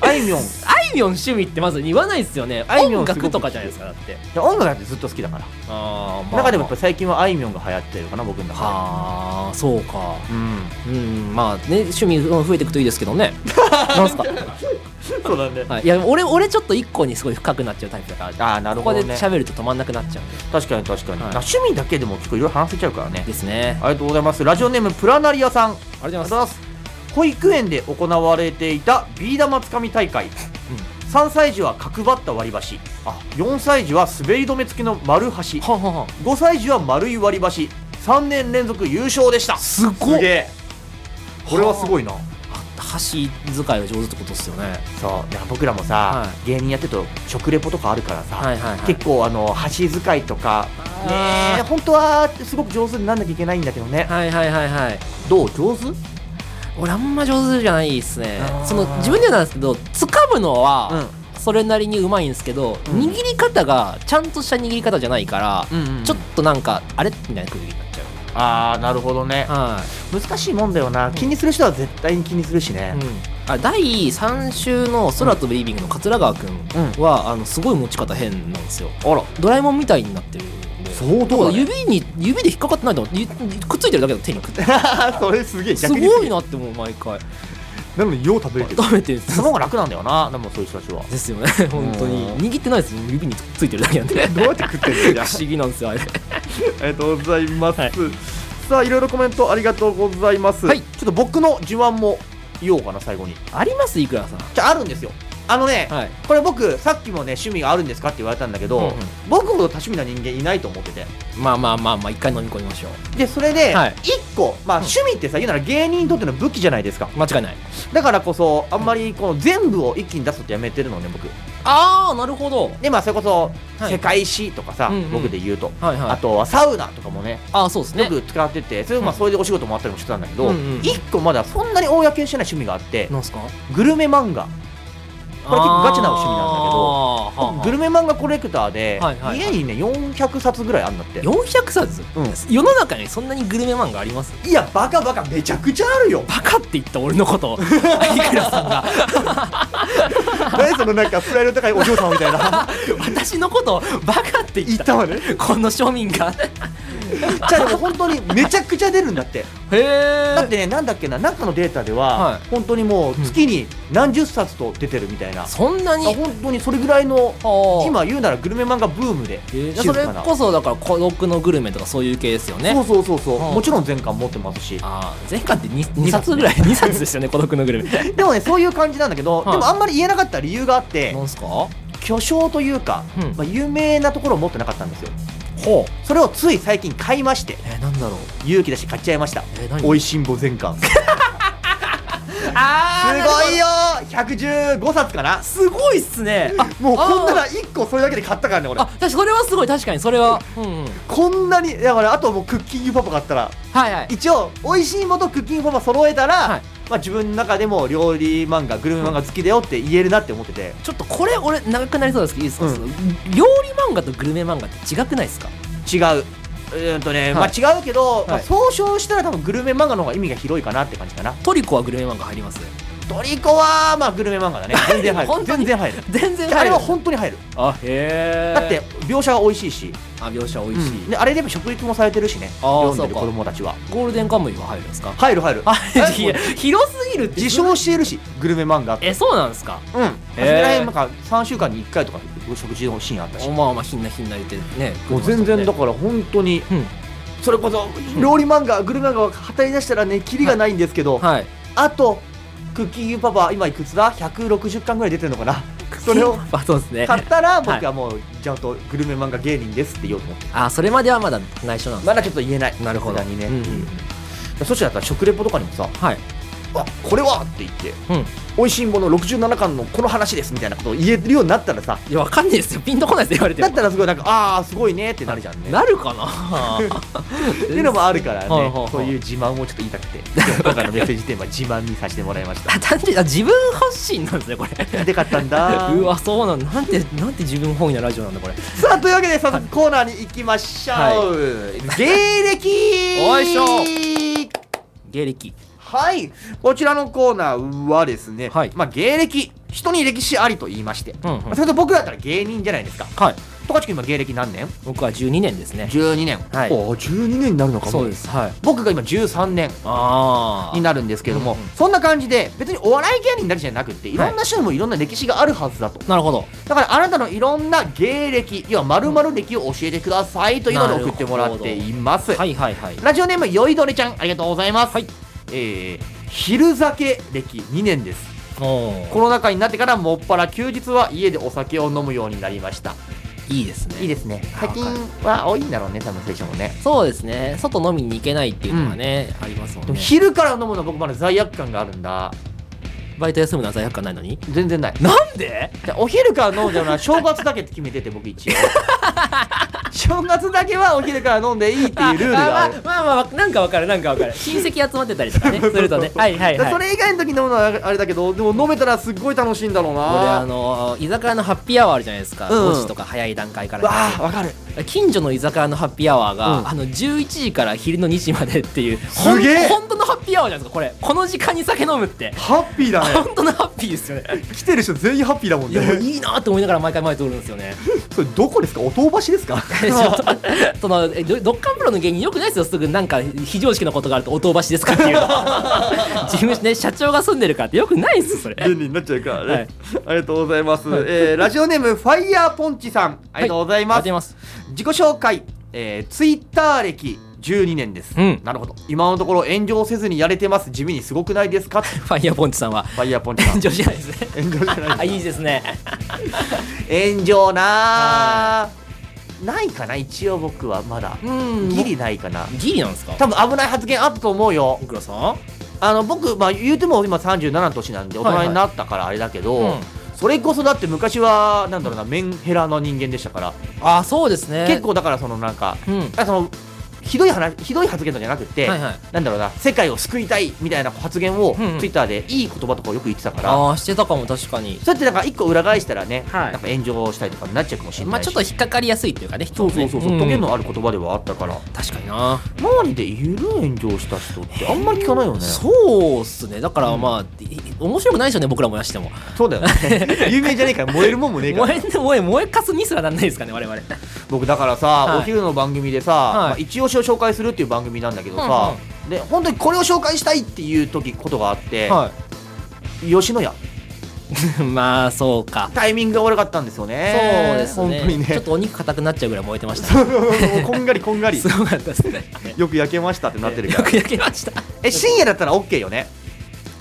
Speaker 3: あいみょん
Speaker 4: あいいみょん趣味ってまず言わないですよねあいみょん
Speaker 3: 音楽
Speaker 4: 楽とかじゃないですかだって
Speaker 3: や音楽だってずっと好きだから、
Speaker 4: ああ
Speaker 3: 中でもやっぱ最近はあいみょんが流行ってるかな僕の中
Speaker 4: はあそうか
Speaker 3: でうん
Speaker 4: うんまあね趣味が増えていくといいですけどねなんすか、
Speaker 3: そうだね
Speaker 4: はい、いや俺俺ちょっと一個にすごい深くなっちゃうタイプだから
Speaker 3: ああなる
Speaker 4: ここ
Speaker 3: ほ
Speaker 4: で
Speaker 3: どね
Speaker 4: 喋ると止まんなくなっちゃうんで
Speaker 3: 確かに確かに、
Speaker 4: はい
Speaker 3: な趣味だけでも結構いろいろ話せちゃうからね
Speaker 4: ですね
Speaker 3: ありがとうございますラジオネームプラナリアさんあ
Speaker 4: あ
Speaker 3: り
Speaker 4: りがとう
Speaker 3: がとう
Speaker 4: ござ
Speaker 3: ござ
Speaker 4: い
Speaker 3: い
Speaker 4: ま
Speaker 3: ます保育園で行われていたビー玉つかみ大会、3歳児は角張った割り箸あ4歳児は滑り止め付きの丸箸
Speaker 4: すはんはんはん
Speaker 3: 5歳児は丸い割り箸3年連続優勝でしたす
Speaker 4: すごい
Speaker 3: げえこれはすごいな
Speaker 4: 箸使いが上手ってことですよね
Speaker 3: そういや僕らもさ、
Speaker 4: は
Speaker 3: 芸人やってると食レポとかあるからさ、
Speaker 4: はいはいはい
Speaker 3: 結構あの箸使いとか
Speaker 4: あー
Speaker 3: ねえ本当はすごく上手になんなきゃいけないんだけどね
Speaker 4: はいはいはいはい
Speaker 3: どう上手
Speaker 4: 俺あんま上手じゃないですね
Speaker 3: あー
Speaker 4: その自分ではなんですけど掴むのは
Speaker 3: う
Speaker 4: それなりにうまいんですけど、
Speaker 3: うん
Speaker 4: 握り方がちゃんとした握り方じゃないから、
Speaker 3: ん、うんうん
Speaker 4: ちょっとなんかあれみたいな空気になっち
Speaker 3: ああなるほどね
Speaker 4: ゃうはい
Speaker 3: 難しいもんだよな気にする人は絶対に気にするしね、
Speaker 4: あ第3週の「空飛ぶリビング」の桂川君は、あのすごい持ち方変なんですよ
Speaker 3: あら
Speaker 4: ドラえもんみたいになってるんで
Speaker 3: 相
Speaker 4: だか
Speaker 3: 当
Speaker 4: ら
Speaker 3: だ、ね、
Speaker 4: 指に指で引っかかってないと思うゆくっついてるだけだ手にくっついて
Speaker 3: それすげえ
Speaker 4: す
Speaker 3: す
Speaker 4: ご
Speaker 3: げ
Speaker 4: い
Speaker 3: え
Speaker 4: なって思う毎回
Speaker 3: なのによう食べれ てる
Speaker 4: 食べてるんです
Speaker 3: その方が楽なんだよなでもそういう人たちは
Speaker 4: ですよね本当に
Speaker 3: うん
Speaker 4: 握ってないですよ指にくっついてるだけなんで
Speaker 3: どうやって食ってるんだ
Speaker 4: 不思議なんですよあれ
Speaker 3: ありがとうございます、さあいろいろコメントありがとうございます、
Speaker 4: はい
Speaker 3: ちょっと僕の自慢も言おうかな最後に
Speaker 4: ありますいくらさん
Speaker 3: じゃああるんですよあのね、
Speaker 4: はい
Speaker 3: これ僕さっきもね趣味があるんですかって言われたんだけど、
Speaker 4: うんうん
Speaker 3: 僕ほど多趣味な人間いないと思ってて
Speaker 4: まあまあまあまあ一回飲み込みましょう
Speaker 3: でそれで
Speaker 4: はい
Speaker 3: 1個、まあ趣味ってさ言うなら芸人にとっての武器じゃないですか
Speaker 4: 間違いない
Speaker 3: だからこそあんまりこの全部を一気に出すってやめてるのね僕
Speaker 4: ああなるほど
Speaker 3: でまあそれこそ
Speaker 4: はい
Speaker 3: 世界史とかさ、
Speaker 4: うんうん
Speaker 3: 僕で言うと、
Speaker 4: はいはい
Speaker 3: あとはサウナとかもね
Speaker 4: ああそうですね
Speaker 3: よく使っててそれ,、まあ、それでお仕事もあったりもしてたんだけ
Speaker 4: う
Speaker 3: ど、一
Speaker 4: んうん
Speaker 3: 1個まだそんなに公にしてない趣味があって
Speaker 4: なんすかこれ
Speaker 3: グルメ漫画
Speaker 4: 結
Speaker 3: これ結構ガチな趣味なんだけど僕グ
Speaker 4: ル
Speaker 3: ルメ漫画コレクターで、
Speaker 4: はいはいはい
Speaker 3: 家にね400冊ぐらいあんだって
Speaker 4: 400冊、
Speaker 3: う
Speaker 4: 世の中にそんなにグルメ漫画あります
Speaker 3: いやバカバカめちゃくちゃあるよ
Speaker 4: バカって言った俺の こといくらさんが
Speaker 3: 何そのなんかプライド高いお嬢様みたいな
Speaker 4: 私のことをバカって 言っ
Speaker 3: 言ったたわね
Speaker 4: この庶民が
Speaker 3: じゃあでも本当にめちゃくちゃ出るんだって
Speaker 4: へえ
Speaker 3: だってねなんだっけな中のデータでは、
Speaker 4: はい
Speaker 3: 本当にもう月に何十冊と出てるみたいな、
Speaker 4: そんなに
Speaker 3: 本当にそれぐらいの
Speaker 4: 今
Speaker 3: 今言うならグルメ漫画ブームで静
Speaker 4: それ
Speaker 3: かな
Speaker 4: こそだから孤独のグルメとかそういう系ですよね
Speaker 3: そうそうそうそう、
Speaker 4: はあ
Speaker 3: もちろん全巻持ってますし
Speaker 4: ああ前回って 2, 2冊ぐらい2冊ですよね孤独のグルメ
Speaker 3: でもねそういう感じなんだけど、
Speaker 4: はい
Speaker 3: でもあんまり言えなかった理由があっ て
Speaker 4: なんすかほ
Speaker 3: 巨匠というか、
Speaker 4: うん
Speaker 3: まあ、有名なところを持ってなかったんですよ
Speaker 4: う
Speaker 3: それをつい最近買いまして
Speaker 4: えー、なんだろう
Speaker 3: 勇気出して買っちゃいました
Speaker 4: えー何
Speaker 3: おいしんぼ全巻す
Speaker 4: あ
Speaker 3: ごいよ115冊かな
Speaker 4: すごいっすねあ
Speaker 3: もう
Speaker 4: あー
Speaker 3: こんなら1個それだけで買ったからね俺
Speaker 4: あ確かそれはすごい確かにそれは、うんうん、
Speaker 3: こんなにだからあともうクッキングパパ買ったら
Speaker 4: はいはい
Speaker 3: 一応おいしんぼとクッキングパパ揃えたら、
Speaker 4: はい
Speaker 3: まあ、自分の中でも料理漫画グルメ漫画好きだよって言えるなって思ってて
Speaker 4: ちょっとこれ俺長くなりそうですけどいいですか、
Speaker 3: うん
Speaker 4: その料理漫画とグルメ漫画って違くないですか
Speaker 3: 違ううーんとね、
Speaker 4: はい
Speaker 3: まあ違うけど、まあ
Speaker 4: はい
Speaker 3: 総称したら多分グルメ漫画の方が意味が広いかなって感じかな
Speaker 4: トリコはグルメ漫画入ります
Speaker 3: トリコはまあグルメ漫画だね 全然入
Speaker 4: 本
Speaker 3: る
Speaker 4: 当に
Speaker 3: 全然入る
Speaker 4: 全然
Speaker 3: あれは
Speaker 4: ほ
Speaker 3: 本当に入る
Speaker 4: あへえ
Speaker 3: だって描写が美味しいし、
Speaker 4: あ描写美味しい、
Speaker 3: であれでも食育もされてるしね
Speaker 4: あー
Speaker 3: 読んでる
Speaker 4: そうか
Speaker 3: 子供たちは
Speaker 4: ゴールデンカムイは入るんですか
Speaker 3: 入る入る
Speaker 4: あ
Speaker 3: え
Speaker 4: いや広すぎるって
Speaker 3: 自称しているしグルメ漫画って
Speaker 4: えそうなんですか
Speaker 3: うん
Speaker 4: へー
Speaker 3: それらへんなんか3週間に1回とか食事のシーンあったし
Speaker 4: おまあまあひんなひんな言ってね
Speaker 3: もう全然だから本当に
Speaker 4: うん
Speaker 3: それこそ料理漫画グルメ漫画を語り出したらねキリがないんですけど、
Speaker 4: はい
Speaker 3: あとクッキングパパ今いくつだ160巻ぐらい出てるのかなそれを
Speaker 4: あそうですね
Speaker 3: 買ったら僕はもうちゃんとグルメ漫画芸人ですって言おうと思って
Speaker 4: あそれまではまだ内緒なんです
Speaker 3: まだちょっと言えない
Speaker 4: なるほど
Speaker 3: さすがにね、
Speaker 4: うんうん
Speaker 3: そしたら食レポとかにもさ
Speaker 4: はい
Speaker 3: 「あこれは!」って言って
Speaker 4: うん
Speaker 3: 「おいしんぼの67巻のこの話です」みたいなことを言えるようになったらさ
Speaker 4: いやわかんないですよピンとこないですよ言われて
Speaker 3: だ
Speaker 4: も
Speaker 3: ったらすごいなんか「ああすごいね」ってなるじゃんね
Speaker 4: なるか な
Speaker 3: っていうのもあるからね、
Speaker 4: はいはいはい
Speaker 3: そういう自慢をちょっと言いたくて今回のメッセージテーマ自慢にさせてもらいま し
Speaker 4: あ単純にあ自分発信なんですねこれ
Speaker 3: たでかったんだ
Speaker 4: うわそうなんなんてなんて自分本位なラジオなんだこれ
Speaker 3: さあというわけで早速コーナーに行きましょう、芸歴
Speaker 4: おいしょ芸歴
Speaker 3: はいこちらのコーナーはですね、
Speaker 4: はい
Speaker 3: まあ、芸歴人に歴史ありと言いまして、
Speaker 4: うんうん
Speaker 3: それと僕だったら芸人じゃないですか
Speaker 4: はい
Speaker 3: 十勝君今芸歴何年
Speaker 4: 僕は12年ですね
Speaker 3: ?12 年、
Speaker 4: はい
Speaker 5: お12年になるのかも
Speaker 4: そうですはい
Speaker 3: 僕が今13年
Speaker 4: あ
Speaker 3: になるんですけども、
Speaker 4: うんうん
Speaker 3: そんな感じで別にお笑い芸人だけじゃなくっていろんな種類もいろんな歴史があるはずだと、
Speaker 4: なるほど
Speaker 3: だからあなたのいろんな芸歴要は〇〇歴を教えてくださいというので送ってもらっています、
Speaker 4: はいはいはい
Speaker 3: ラジオネームよいどれちゃんありがとうございます、
Speaker 4: はい
Speaker 3: えー、昼酒歴2年です
Speaker 4: お
Speaker 3: コロナ禍になってからもっぱら休日は家でお酒を飲むようになりました
Speaker 4: いいですね
Speaker 3: いいですね
Speaker 4: あ
Speaker 3: 最近は多いんだろうね多分最初もね
Speaker 4: そうですね外飲みに行けないっていうのはね、ありますも
Speaker 3: で
Speaker 4: ん
Speaker 3: も
Speaker 4: ね
Speaker 3: 昼から飲むの僕まだ罪悪感があるんだ
Speaker 4: バイト休むのは罪悪感ないのに
Speaker 3: 全然ない
Speaker 4: なんで
Speaker 3: でお昼から飲んじゃうのは正月だけって決めてて 僕一応正月だけはお昼から飲んでいいっていうルールがある
Speaker 4: まあまあ、まあまあ、なんかわかるなんかわかる親戚集まってたりと かねするとねはいはいはい
Speaker 3: それ以外の時に飲むのはあれだけどでも飲めたらすっごい楽しいんだろうな
Speaker 4: 俺あの居酒屋のハッピーアワーあるじゃないですか、
Speaker 3: うん
Speaker 4: 5時とか早い段階から
Speaker 3: わあわかる
Speaker 4: 近所の居酒屋のハッピーアワーが、
Speaker 3: うん
Speaker 4: あの11時から昼の2時までっていう
Speaker 5: すげえ
Speaker 4: ほん本当のハッピーアワーじゃないですかこれこの時間に酒飲むって
Speaker 5: ハッピーだね
Speaker 4: 本当のハッピーですよね
Speaker 5: 来てる人全員ハッピーだもん
Speaker 4: いやもう
Speaker 5: ね
Speaker 4: いいなって思いながら毎回前通るんですよね
Speaker 5: それどこですかお遠橋ですか
Speaker 4: ちょっと そのえどどっかんプロの芸人よくないですよすぐなんか非常識のことがあるとお遠橋ですかっていうの事務所ね社長が住んでるからってよくないですよそれ
Speaker 5: 便利になっちゃうからね、
Speaker 4: はい
Speaker 5: ありがとうございます、
Speaker 4: はい
Speaker 5: えーラジオネームファイヤーポンチさんありがとうございます、
Speaker 4: はいありがとう
Speaker 3: 自己紹介、えー、ツイッター歴12年です、
Speaker 4: うん
Speaker 3: なるほど今のところ炎上せずにやれてます地味にすごくないですかフ
Speaker 4: ファイヤーポンチさんは
Speaker 3: ァイヤーポンチさ ん
Speaker 4: 女子ないですね
Speaker 5: 炎上じゃない
Speaker 4: あいいですね
Speaker 3: 炎上なあないかな一応僕はまだ
Speaker 4: うん
Speaker 3: ギリないかな
Speaker 4: ギリなんですか
Speaker 3: 多分危ない発言あったと思うよ
Speaker 4: 奥倉さん
Speaker 3: あの僕、まあ、言うても今37の年なんで大
Speaker 4: はいはい
Speaker 3: 人になったからあれだけど、
Speaker 4: うん
Speaker 3: それこそだって昔はなんだろうなメンヘラの人間でしたから、
Speaker 4: あそうですね
Speaker 3: 結構だからそのなんか
Speaker 4: うん
Speaker 3: あそのひどい話ひどい発言とかじゃなくて、
Speaker 4: はいはい
Speaker 3: なんだろうな世界を救いたいみたいな発言を
Speaker 4: うんうん
Speaker 3: ツイッターでいい言葉とかをよく言ってたから、
Speaker 4: ああしてたかも確かに
Speaker 3: そうやってなんか一個裏返したらね、
Speaker 4: はい
Speaker 3: なんか炎上したりとかになっちゃうかもしれないし、
Speaker 4: まあちょっと引っかかりやすいっていうかね人
Speaker 3: そ
Speaker 4: も
Speaker 3: う
Speaker 4: ね
Speaker 3: そうそうそう、
Speaker 4: ん
Speaker 3: トゲのある言葉ではあったから
Speaker 4: 確かにな
Speaker 3: 周りでゆる炎上した人ってあんまり聞かないよねそ
Speaker 4: そうっすねだからまあ、い面白くないですよね僕ら燃やしても
Speaker 3: うだよ ね有名じゃねえから燃えるもんもねえから
Speaker 4: 燃え燃え燃えかすミスがなんないですかね我々
Speaker 3: 僕だからさ、
Speaker 4: はい
Speaker 3: お昼の番組でさ、
Speaker 4: はい
Speaker 3: まあ、一押しを紹介するっていう番組なんだけどさ、で本当にこれを紹介したいっていう時ことがあって、
Speaker 4: は
Speaker 3: 吉野家
Speaker 4: い まあそうか
Speaker 3: タイミングが悪かったんですよ
Speaker 4: そう
Speaker 3: ね
Speaker 4: です
Speaker 5: 本
Speaker 4: ね
Speaker 5: 当にね
Speaker 4: ちょっ とお肉硬くなっちゃうぐらい燃えてましたね
Speaker 5: こんがりこんがり
Speaker 4: すごかったですね
Speaker 5: よく焼けましたってなってるか
Speaker 4: よ
Speaker 5: ら
Speaker 4: く焼けました
Speaker 3: え深夜だったら OK よね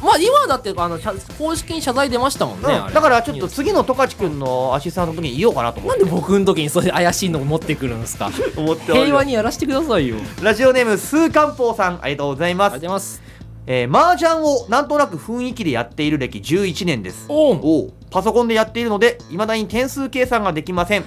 Speaker 4: まあ今だってあの謝公式に謝罪出ましたもんね、あ
Speaker 3: う
Speaker 4: れ
Speaker 3: ん、だからちょっと次の十勝くんのアシスタントの時に言おうかなと思っ
Speaker 4: なん
Speaker 3: て
Speaker 4: で僕の時にそういう怪しいのを持ってくるんですか
Speaker 5: 思っており
Speaker 4: 平
Speaker 5: ま
Speaker 4: 和
Speaker 5: す
Speaker 4: にやらせてくださいよありが
Speaker 3: ラジオネームスーカンポーさんありがとうござい
Speaker 4: とう
Speaker 3: ま
Speaker 4: ご
Speaker 3: す
Speaker 4: ざいます
Speaker 3: えー、麻雀をなんとなく雰囲気でやっている歴11年です
Speaker 4: おん
Speaker 3: おうパソコンでやっているのでいまだに点数計算ができません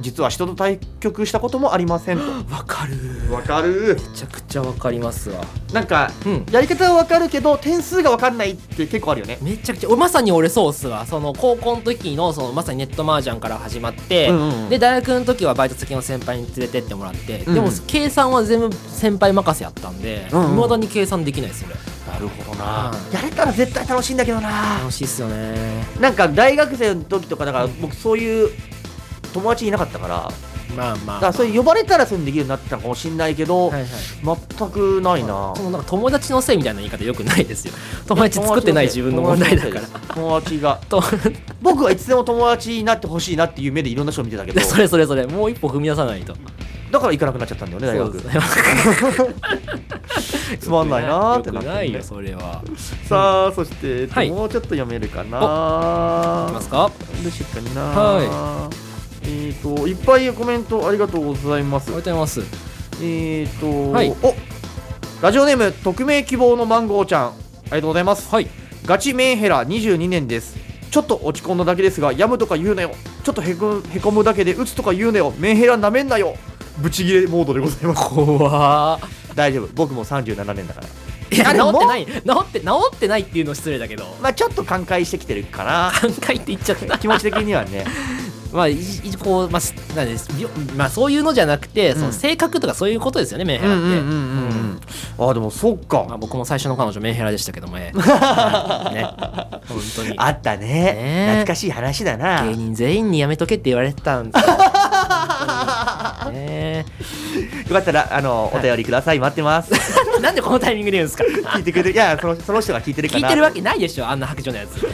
Speaker 3: 実は人と対局したこともありませんと
Speaker 4: わかる
Speaker 5: わかる
Speaker 4: めちゃくちゃわかりますわ
Speaker 3: なんか
Speaker 4: うん
Speaker 3: やり方はわかるけど点数がわかんないって結構あるよね
Speaker 4: めちゃくちゃおまさに俺そうっすわその高校の時のそのまさにネット麻雀から始まって、
Speaker 3: うんうんうん
Speaker 4: で大学の時はバイト先の先輩に連れてってもらって、
Speaker 3: ん
Speaker 4: でも計算は全部先輩任せやったんでい
Speaker 3: うんうん
Speaker 4: ま、未だに計算できないです俺
Speaker 3: なるほど
Speaker 4: な
Speaker 3: やれたら絶対楽しいんだけどな
Speaker 4: 楽しいっすよね
Speaker 3: なんか大学生の時とかだから僕そういう友達いなかったから
Speaker 4: まあま
Speaker 3: だ
Speaker 4: あ
Speaker 3: からそういう呼ばれたらそういうのできるようになってたのかもしれないけど、
Speaker 4: はいはい
Speaker 3: 全くないな
Speaker 4: そのなんか友達のせいみたいな言い方よくないですよ友達作ってない自分の問題だから
Speaker 3: 友達が
Speaker 4: と
Speaker 3: 僕はいつでも友達になってほしいなっていう目でいろんな人を見てたけど
Speaker 4: それそれそれもう一歩踏み出さないと
Speaker 3: だから行かなくなっちゃったんだよね大
Speaker 4: そう
Speaker 3: 学
Speaker 4: ですね
Speaker 3: つまんないなーって
Speaker 4: よ
Speaker 3: なっ
Speaker 4: く
Speaker 3: て
Speaker 4: ないよ
Speaker 3: ね
Speaker 4: それは
Speaker 5: さあそして、えっと
Speaker 4: はい
Speaker 5: もうちょっと読めるかない
Speaker 4: きますか
Speaker 5: どうしようかな
Speaker 4: は
Speaker 5: えっ、といっぱいコメントありがとうございます
Speaker 4: おはようございます
Speaker 5: えっ、と、
Speaker 4: はい
Speaker 5: お
Speaker 3: ラジオネーム匿名希望のマンゴーちゃんありがとうございます
Speaker 4: はい
Speaker 3: ガチメンヘラ22年ですちょっと落ち込んだだけですがやむとか言うなよちょっとへこへこむだけで打つとか言うなよメンヘラなめんなよ
Speaker 5: ブチギレモードでございます
Speaker 4: 怖ー
Speaker 3: 大丈夫僕も37年だから
Speaker 4: いや
Speaker 3: あで
Speaker 4: 治っ
Speaker 3: も
Speaker 4: てない治って治ってないっていうのは失礼だけど
Speaker 3: まあちょっと寛解してきてるかな
Speaker 4: 寛解って言っちゃっ た
Speaker 3: 気持ち的にはね
Speaker 4: まあいいこうまあすなんですまあそういうのじゃなくて、そうの
Speaker 3: ん
Speaker 4: 性格とかそういうことですよねメンヘ
Speaker 3: う
Speaker 4: ラ
Speaker 3: ん
Speaker 4: って、
Speaker 3: うんうんうんうんあでもそっ
Speaker 4: まあ、
Speaker 3: か
Speaker 4: 僕も最初の彼女メンヘラでしたけ どもねはいね本当に
Speaker 3: あったね
Speaker 4: ね
Speaker 3: 懐かしい話だな
Speaker 4: 芸人全員にやめとけって言われてたんです よ本当にね
Speaker 3: よかったらあのお便りください、待ってます
Speaker 4: えなんでこのタイミングで言うんですか
Speaker 3: 聞いてくれていやそのその人が聞いてるか
Speaker 4: 聞い
Speaker 3: な
Speaker 4: てるわけないでしょあんな白状のやつ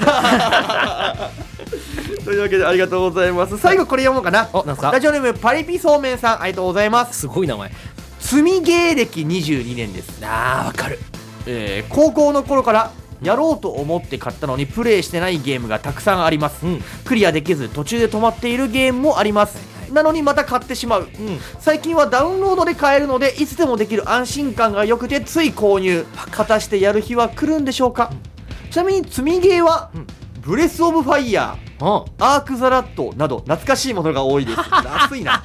Speaker 3: というわけでありがとうございます最後これ読もうかな
Speaker 4: おなんすか
Speaker 3: ラジオネームパリピそうめんさんありがとうございます
Speaker 4: すごい名前
Speaker 3: 積み芸歴22年です、
Speaker 4: あーわかる
Speaker 3: えー高校の頃からやろうと思って買ったのにプレイしてないゲームがたくさんあります、
Speaker 4: うん
Speaker 3: クリアできず途中で止まっているゲームもあります、
Speaker 4: はいはい
Speaker 3: なのにまた買ってしまう、最近はダウンロードで買えるのでいつでもできる安心感が良くてつい購入果たしてやる日は来るんでしょうか、ちなみに積みゲーは、
Speaker 4: うん
Speaker 3: ブレス・オブ・ファイヤ
Speaker 4: う
Speaker 3: ー
Speaker 4: ん
Speaker 3: アーク・ザ・ラットなど懐かしいものが多 いです安いな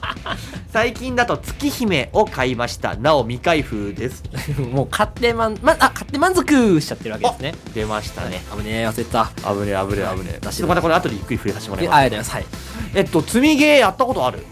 Speaker 3: 最近だと月姫を買いましたなお未開封です
Speaker 4: もう買ってまん、ま、あ、買って満足しちゃってるわけですね。
Speaker 3: 出ましたね
Speaker 4: 危ねえ、忘れてた。
Speaker 3: 危ねえ危ねえ危ねえ
Speaker 4: 出し
Speaker 3: ち
Speaker 4: て
Speaker 3: ょっとまたこれ後でゆっくり触れさせてもらい
Speaker 4: え
Speaker 3: ます
Speaker 4: あ、やります。はい。
Speaker 3: えっと積みゲーやったことある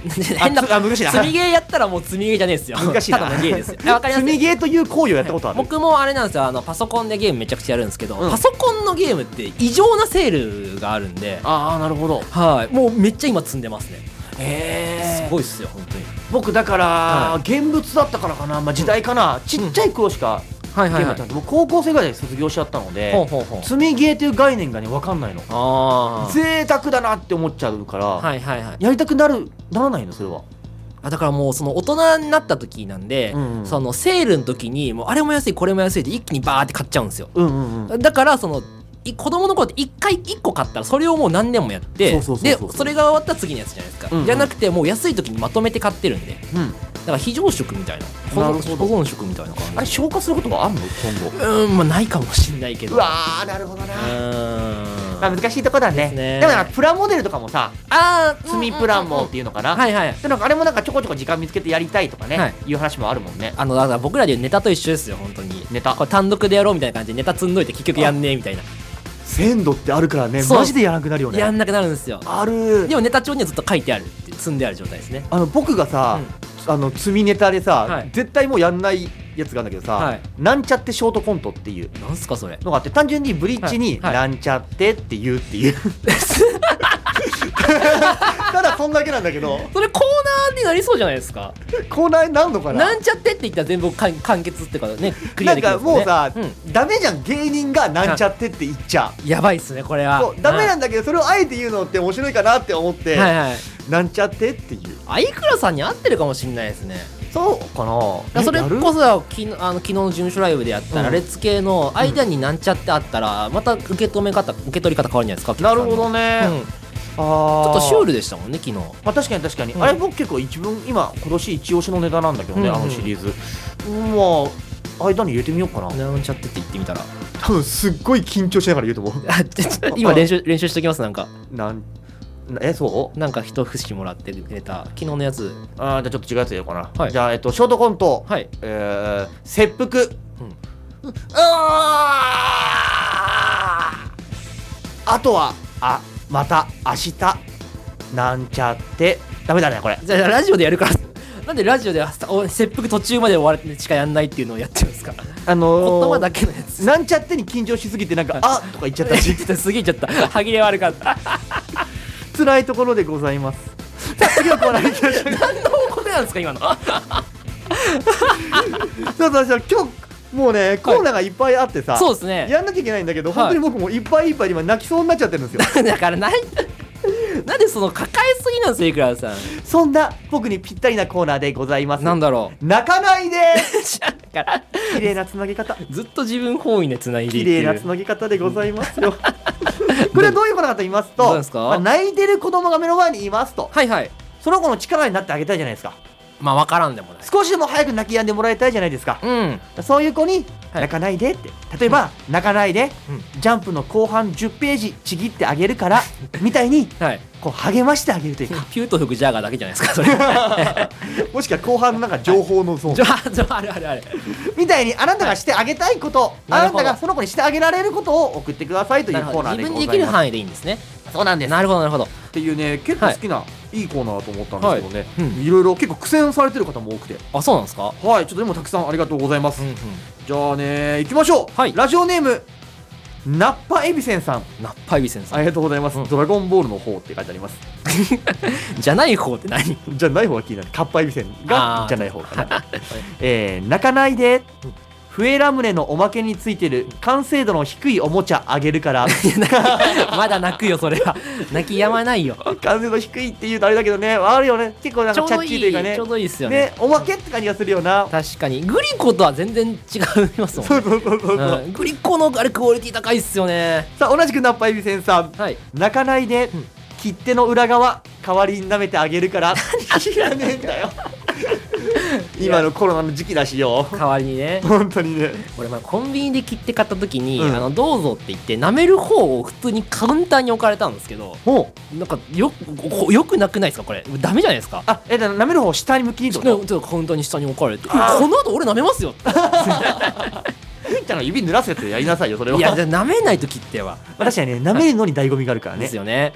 Speaker 4: 変な、
Speaker 3: つあ難しいな
Speaker 4: 積みゲーやったらもう積みゲーじゃねえですよ。
Speaker 3: 難しいな
Speaker 4: ただのゲーですよ。 あわかります
Speaker 3: 積みゲーという行為をやったことある、
Speaker 4: 僕もあれなんですよあのパソコンでゲームめちゃくちゃやるんですけど、
Speaker 3: うん
Speaker 4: パソコンのゲームって異常なセールがあるんで
Speaker 3: ああなるほど
Speaker 4: はいもうめっちゃ今積んでますね
Speaker 3: へ
Speaker 4: す
Speaker 3: え
Speaker 4: ごいっすよ本当に
Speaker 3: 僕だから、
Speaker 4: は
Speaker 3: 現物だったからかな、まあ、時代かな、ちっちゃい頃しか
Speaker 4: は
Speaker 3: ゲームやってなくて、僕高校生ぐらいで卒業しちゃったので、
Speaker 4: ほうほうほう
Speaker 3: 積みゲーという概念がね分かんないの
Speaker 4: あ
Speaker 3: 贅沢だなって思っちゃうから、
Speaker 4: あはいはいはい
Speaker 3: やりたくなるならないのそれは
Speaker 4: あだからもうその大人になった時なんで、
Speaker 3: うんうん
Speaker 4: そのセールの時にもうあれも安いこれも安いで一気にバーって買っちゃうんですよ
Speaker 3: うんうんうん
Speaker 4: だからそのい子供の頃って1回1個買ったらそれをもう何年もやって
Speaker 3: そうそうそうそう
Speaker 4: でそれが終わったら次のやつじゃないですか、
Speaker 3: うんうん
Speaker 4: じゃなくてもう安い時にまとめて買ってるんで
Speaker 3: うん
Speaker 4: だから非常食みたいな保
Speaker 3: なる
Speaker 4: 存
Speaker 3: ほど
Speaker 4: 保存食みたいな
Speaker 3: あ
Speaker 4: 感じ
Speaker 3: れ消化することはあんの今後
Speaker 4: うーんまあないかもしんないけど
Speaker 3: うわーなるほどな
Speaker 4: うーん
Speaker 3: まあ、難しいとこだね
Speaker 4: ですね
Speaker 3: だからプラモデルとかもさ
Speaker 4: あー
Speaker 3: 積みプラモっていうのかな、
Speaker 4: はいはい
Speaker 3: でなんかあれもなんかちょこちょこ時間見つけてやりたいとかね、
Speaker 4: はい
Speaker 3: い、う話もあるもんね
Speaker 4: あのだから僕らでいうネタと一緒ですよ本当に
Speaker 3: ネタ
Speaker 4: これ単独でやろうみたいな感じでネタ積んどいて結局やんねえみたいな
Speaker 3: 鮮度ってあるからね
Speaker 4: そうマジ
Speaker 3: でやらなくなるよ
Speaker 4: やんなくなるんですよ
Speaker 3: ある
Speaker 4: でもネタ帳にはずっと書いてあるっていう積んである状態ですね
Speaker 3: あの僕がさ、あの積みネタでさ、
Speaker 4: はい
Speaker 3: 絶対もうやんないやつがあるんだけどさ、
Speaker 4: はい
Speaker 3: なんちゃってショートコントっていう
Speaker 4: なんすかそれ
Speaker 3: のがあって単純にブリッジに「
Speaker 4: はいは
Speaker 3: なんちゃって」って言うっていうただそんだけなんだけど
Speaker 4: それコーナーになりそうじゃないですか
Speaker 3: コーナーになんのかな
Speaker 4: なんちゃってって言ったら全部完完結っていうかねクリア
Speaker 3: なん
Speaker 4: できるんですよ
Speaker 3: かもう
Speaker 4: ね
Speaker 3: さ、
Speaker 4: う
Speaker 3: ダメじゃん芸人が「なんちゃって」って言っち
Speaker 4: ん
Speaker 3: ゃ
Speaker 4: やばいっすねこれは
Speaker 3: そうダメ
Speaker 4: だ
Speaker 3: なんだけどそれをあえて言うのって面白いかなって思って「
Speaker 4: はいはい
Speaker 3: なんちゃって」っていう
Speaker 4: 相倉さんに合ってるかもしれないですね
Speaker 3: そうかな
Speaker 4: それ
Speaker 3: えやる
Speaker 4: こそ昨日あの昨日の事務所ライブでやった
Speaker 3: う
Speaker 4: ら
Speaker 3: ん
Speaker 4: レッツ系の間になんちゃってあったらまた受け止め方受け取り方変わるんじゃないですか
Speaker 3: なるほど
Speaker 4: ね、
Speaker 3: ね、
Speaker 4: うんち
Speaker 3: あ
Speaker 4: ょっとシュー
Speaker 3: ル
Speaker 4: ルでしたもんね昨日
Speaker 3: まあ、確かに確かに、
Speaker 4: うん
Speaker 3: あれ僕結構一分今今年一押しのネタなんだけどね、
Speaker 4: うんうん
Speaker 3: あのシリーズまあ間に入れてみようかな
Speaker 4: なんちゃってって言ってみ たら
Speaker 3: 多分すっごい緊張しながら言うと思う
Speaker 4: あちょちょ今練習練習しときますなんか
Speaker 3: なんえそう
Speaker 4: なんか一節もらってくれた昨日のやつ
Speaker 3: あーじゃあちょっと違うやつやろうかな、
Speaker 4: はい
Speaker 3: じゃあ、えっと、ショートコント、
Speaker 4: はい
Speaker 3: えー、切腹、
Speaker 4: ん
Speaker 3: あーあとはあまた明日なんちゃってダメだねこれ
Speaker 4: じゃあラジオでやるから なんでラジオでお切腹途中まで終わるしかやんないっていうのをやっちゃうんですか
Speaker 3: あのー、
Speaker 4: 言葉だけのやつ
Speaker 3: なんちゃってに緊張しすぎてなんか「あ」とか言っちゃったし
Speaker 4: 過ぎちゃった 歯切れ悪かった
Speaker 3: 辛いところでございますさあ次のコーナー行きましょ う
Speaker 4: 何の報告なんですか今の
Speaker 3: そうそうそう今日もうねコーナーがいっぱいあってさ、
Speaker 4: そうですね
Speaker 3: やんなきゃいけないんだけど、
Speaker 4: はい
Speaker 3: 本当に僕もういっぱいいっぱいで今泣きそうになっちゃってるんです よ
Speaker 4: だからない なんでその抱えすぎなんですよいくらさん
Speaker 3: そんな僕にぴったりなコーナーでございます
Speaker 4: なんだろ
Speaker 3: 泣かないで
Speaker 4: うだから
Speaker 3: 綺麗なつなぎ方
Speaker 4: ずっと自分本位でつないでい
Speaker 3: 綺
Speaker 4: って
Speaker 3: 麗
Speaker 4: る
Speaker 3: なつなぎ方でございま すよこれはどういうことかと言いますと
Speaker 4: どうですか
Speaker 3: まあ泣いてる子供が目の前にいますと
Speaker 4: はいはい
Speaker 3: その子の力になってあげたいじゃないですか
Speaker 4: まあ分からんでもない
Speaker 3: 少しでも早く泣き止んでもらいたいじゃないですか
Speaker 4: うん
Speaker 3: そういう子に
Speaker 4: はい
Speaker 3: 泣かないでって、例えば、泣かないで、
Speaker 4: う
Speaker 3: ジャンプの後半10ページちぎってあげるからみたいに
Speaker 4: はい
Speaker 3: こう励ましてあげるというか
Speaker 4: ピュート吹くジャガーだけじゃないですかそれ
Speaker 3: もしくは後半のなんか情報のゾーン
Speaker 4: じゃあじゃああるあるある
Speaker 3: みたいにあなたがしてあげたいこと、
Speaker 4: な
Speaker 3: あ
Speaker 4: る
Speaker 3: な
Speaker 4: ほど
Speaker 3: たがその子にしてあげられることを送ってくださいという
Speaker 4: なる
Speaker 3: コー
Speaker 4: ほど
Speaker 3: ナーで
Speaker 4: 自
Speaker 3: ござい
Speaker 4: 分
Speaker 3: ます
Speaker 4: でできる範囲でいいんですね
Speaker 3: そうなんです
Speaker 4: なるほどなるほど
Speaker 3: っていうね結構好きないいコーナーだと思ったんですけどね、
Speaker 4: う
Speaker 3: い、ろいろ結構苦戦されてる方も多くて
Speaker 4: あそうなんですか
Speaker 3: はいちょっとでもたくさんありがとうございます、
Speaker 4: うんうん
Speaker 3: じゃあね行きましょう、
Speaker 4: はい
Speaker 3: ラジオネームナッパエビセンさん
Speaker 4: ナッパイビセンさ
Speaker 3: ありがとうございます、ドラゴンボールの方って書いてあります
Speaker 4: んじゃない方って何
Speaker 3: じゃない方が気になるカッパエビセンが
Speaker 4: あー
Speaker 3: じゃない方かな、 えー、泣かないで笛ラムネのおまけについてる完成度の低いおもちゃあげ るから
Speaker 4: まだ泣くよそれは泣き止まないよ
Speaker 3: 完成度低いっていうとあれだけどねあるよね結構なん
Speaker 4: ち
Speaker 3: か
Speaker 4: ょう
Speaker 3: チャ
Speaker 4: ど
Speaker 3: ッチ
Speaker 4: い
Speaker 3: ー
Speaker 4: い
Speaker 3: というかね
Speaker 4: ちょうどいいですよね
Speaker 3: ねおまけって感じがするよな
Speaker 4: 確かにグリコとは全然違いますもんね
Speaker 3: そうそうそうそう、
Speaker 4: うんグリコのあれクオリティ高いっすよね
Speaker 3: さあ同じくナッパエビセンさん
Speaker 4: はい
Speaker 3: 泣かないで、
Speaker 4: うん
Speaker 3: 切手の裏側代わりに舐めてあげるから知らねえんだよ今のコロナの時期だしよ
Speaker 4: 代わりにね
Speaker 3: 本当にね
Speaker 4: 俺まあコンビニで切って買った時に、
Speaker 3: うん
Speaker 4: あのどうぞって言って舐める方を普通にカウンターに置かれたんですけど
Speaker 3: ほう
Speaker 4: なんかよこよくなくないですかこれダメじゃないですか
Speaker 3: あえだから舐める方を下に向きにっ
Speaker 4: ち
Speaker 3: て
Speaker 4: ょ
Speaker 3: こ
Speaker 4: ちょ
Speaker 3: と
Speaker 4: っとカウンターに下に置かれて「この後俺舐めますよ」って
Speaker 3: ゆいちゃんが指濡らすやつやりなさいよそれはい
Speaker 4: やじゃあ舐めないと切っては
Speaker 3: まあ確かにね舐めるのに醍醐味があるから
Speaker 4: で
Speaker 3: ね
Speaker 4: すよね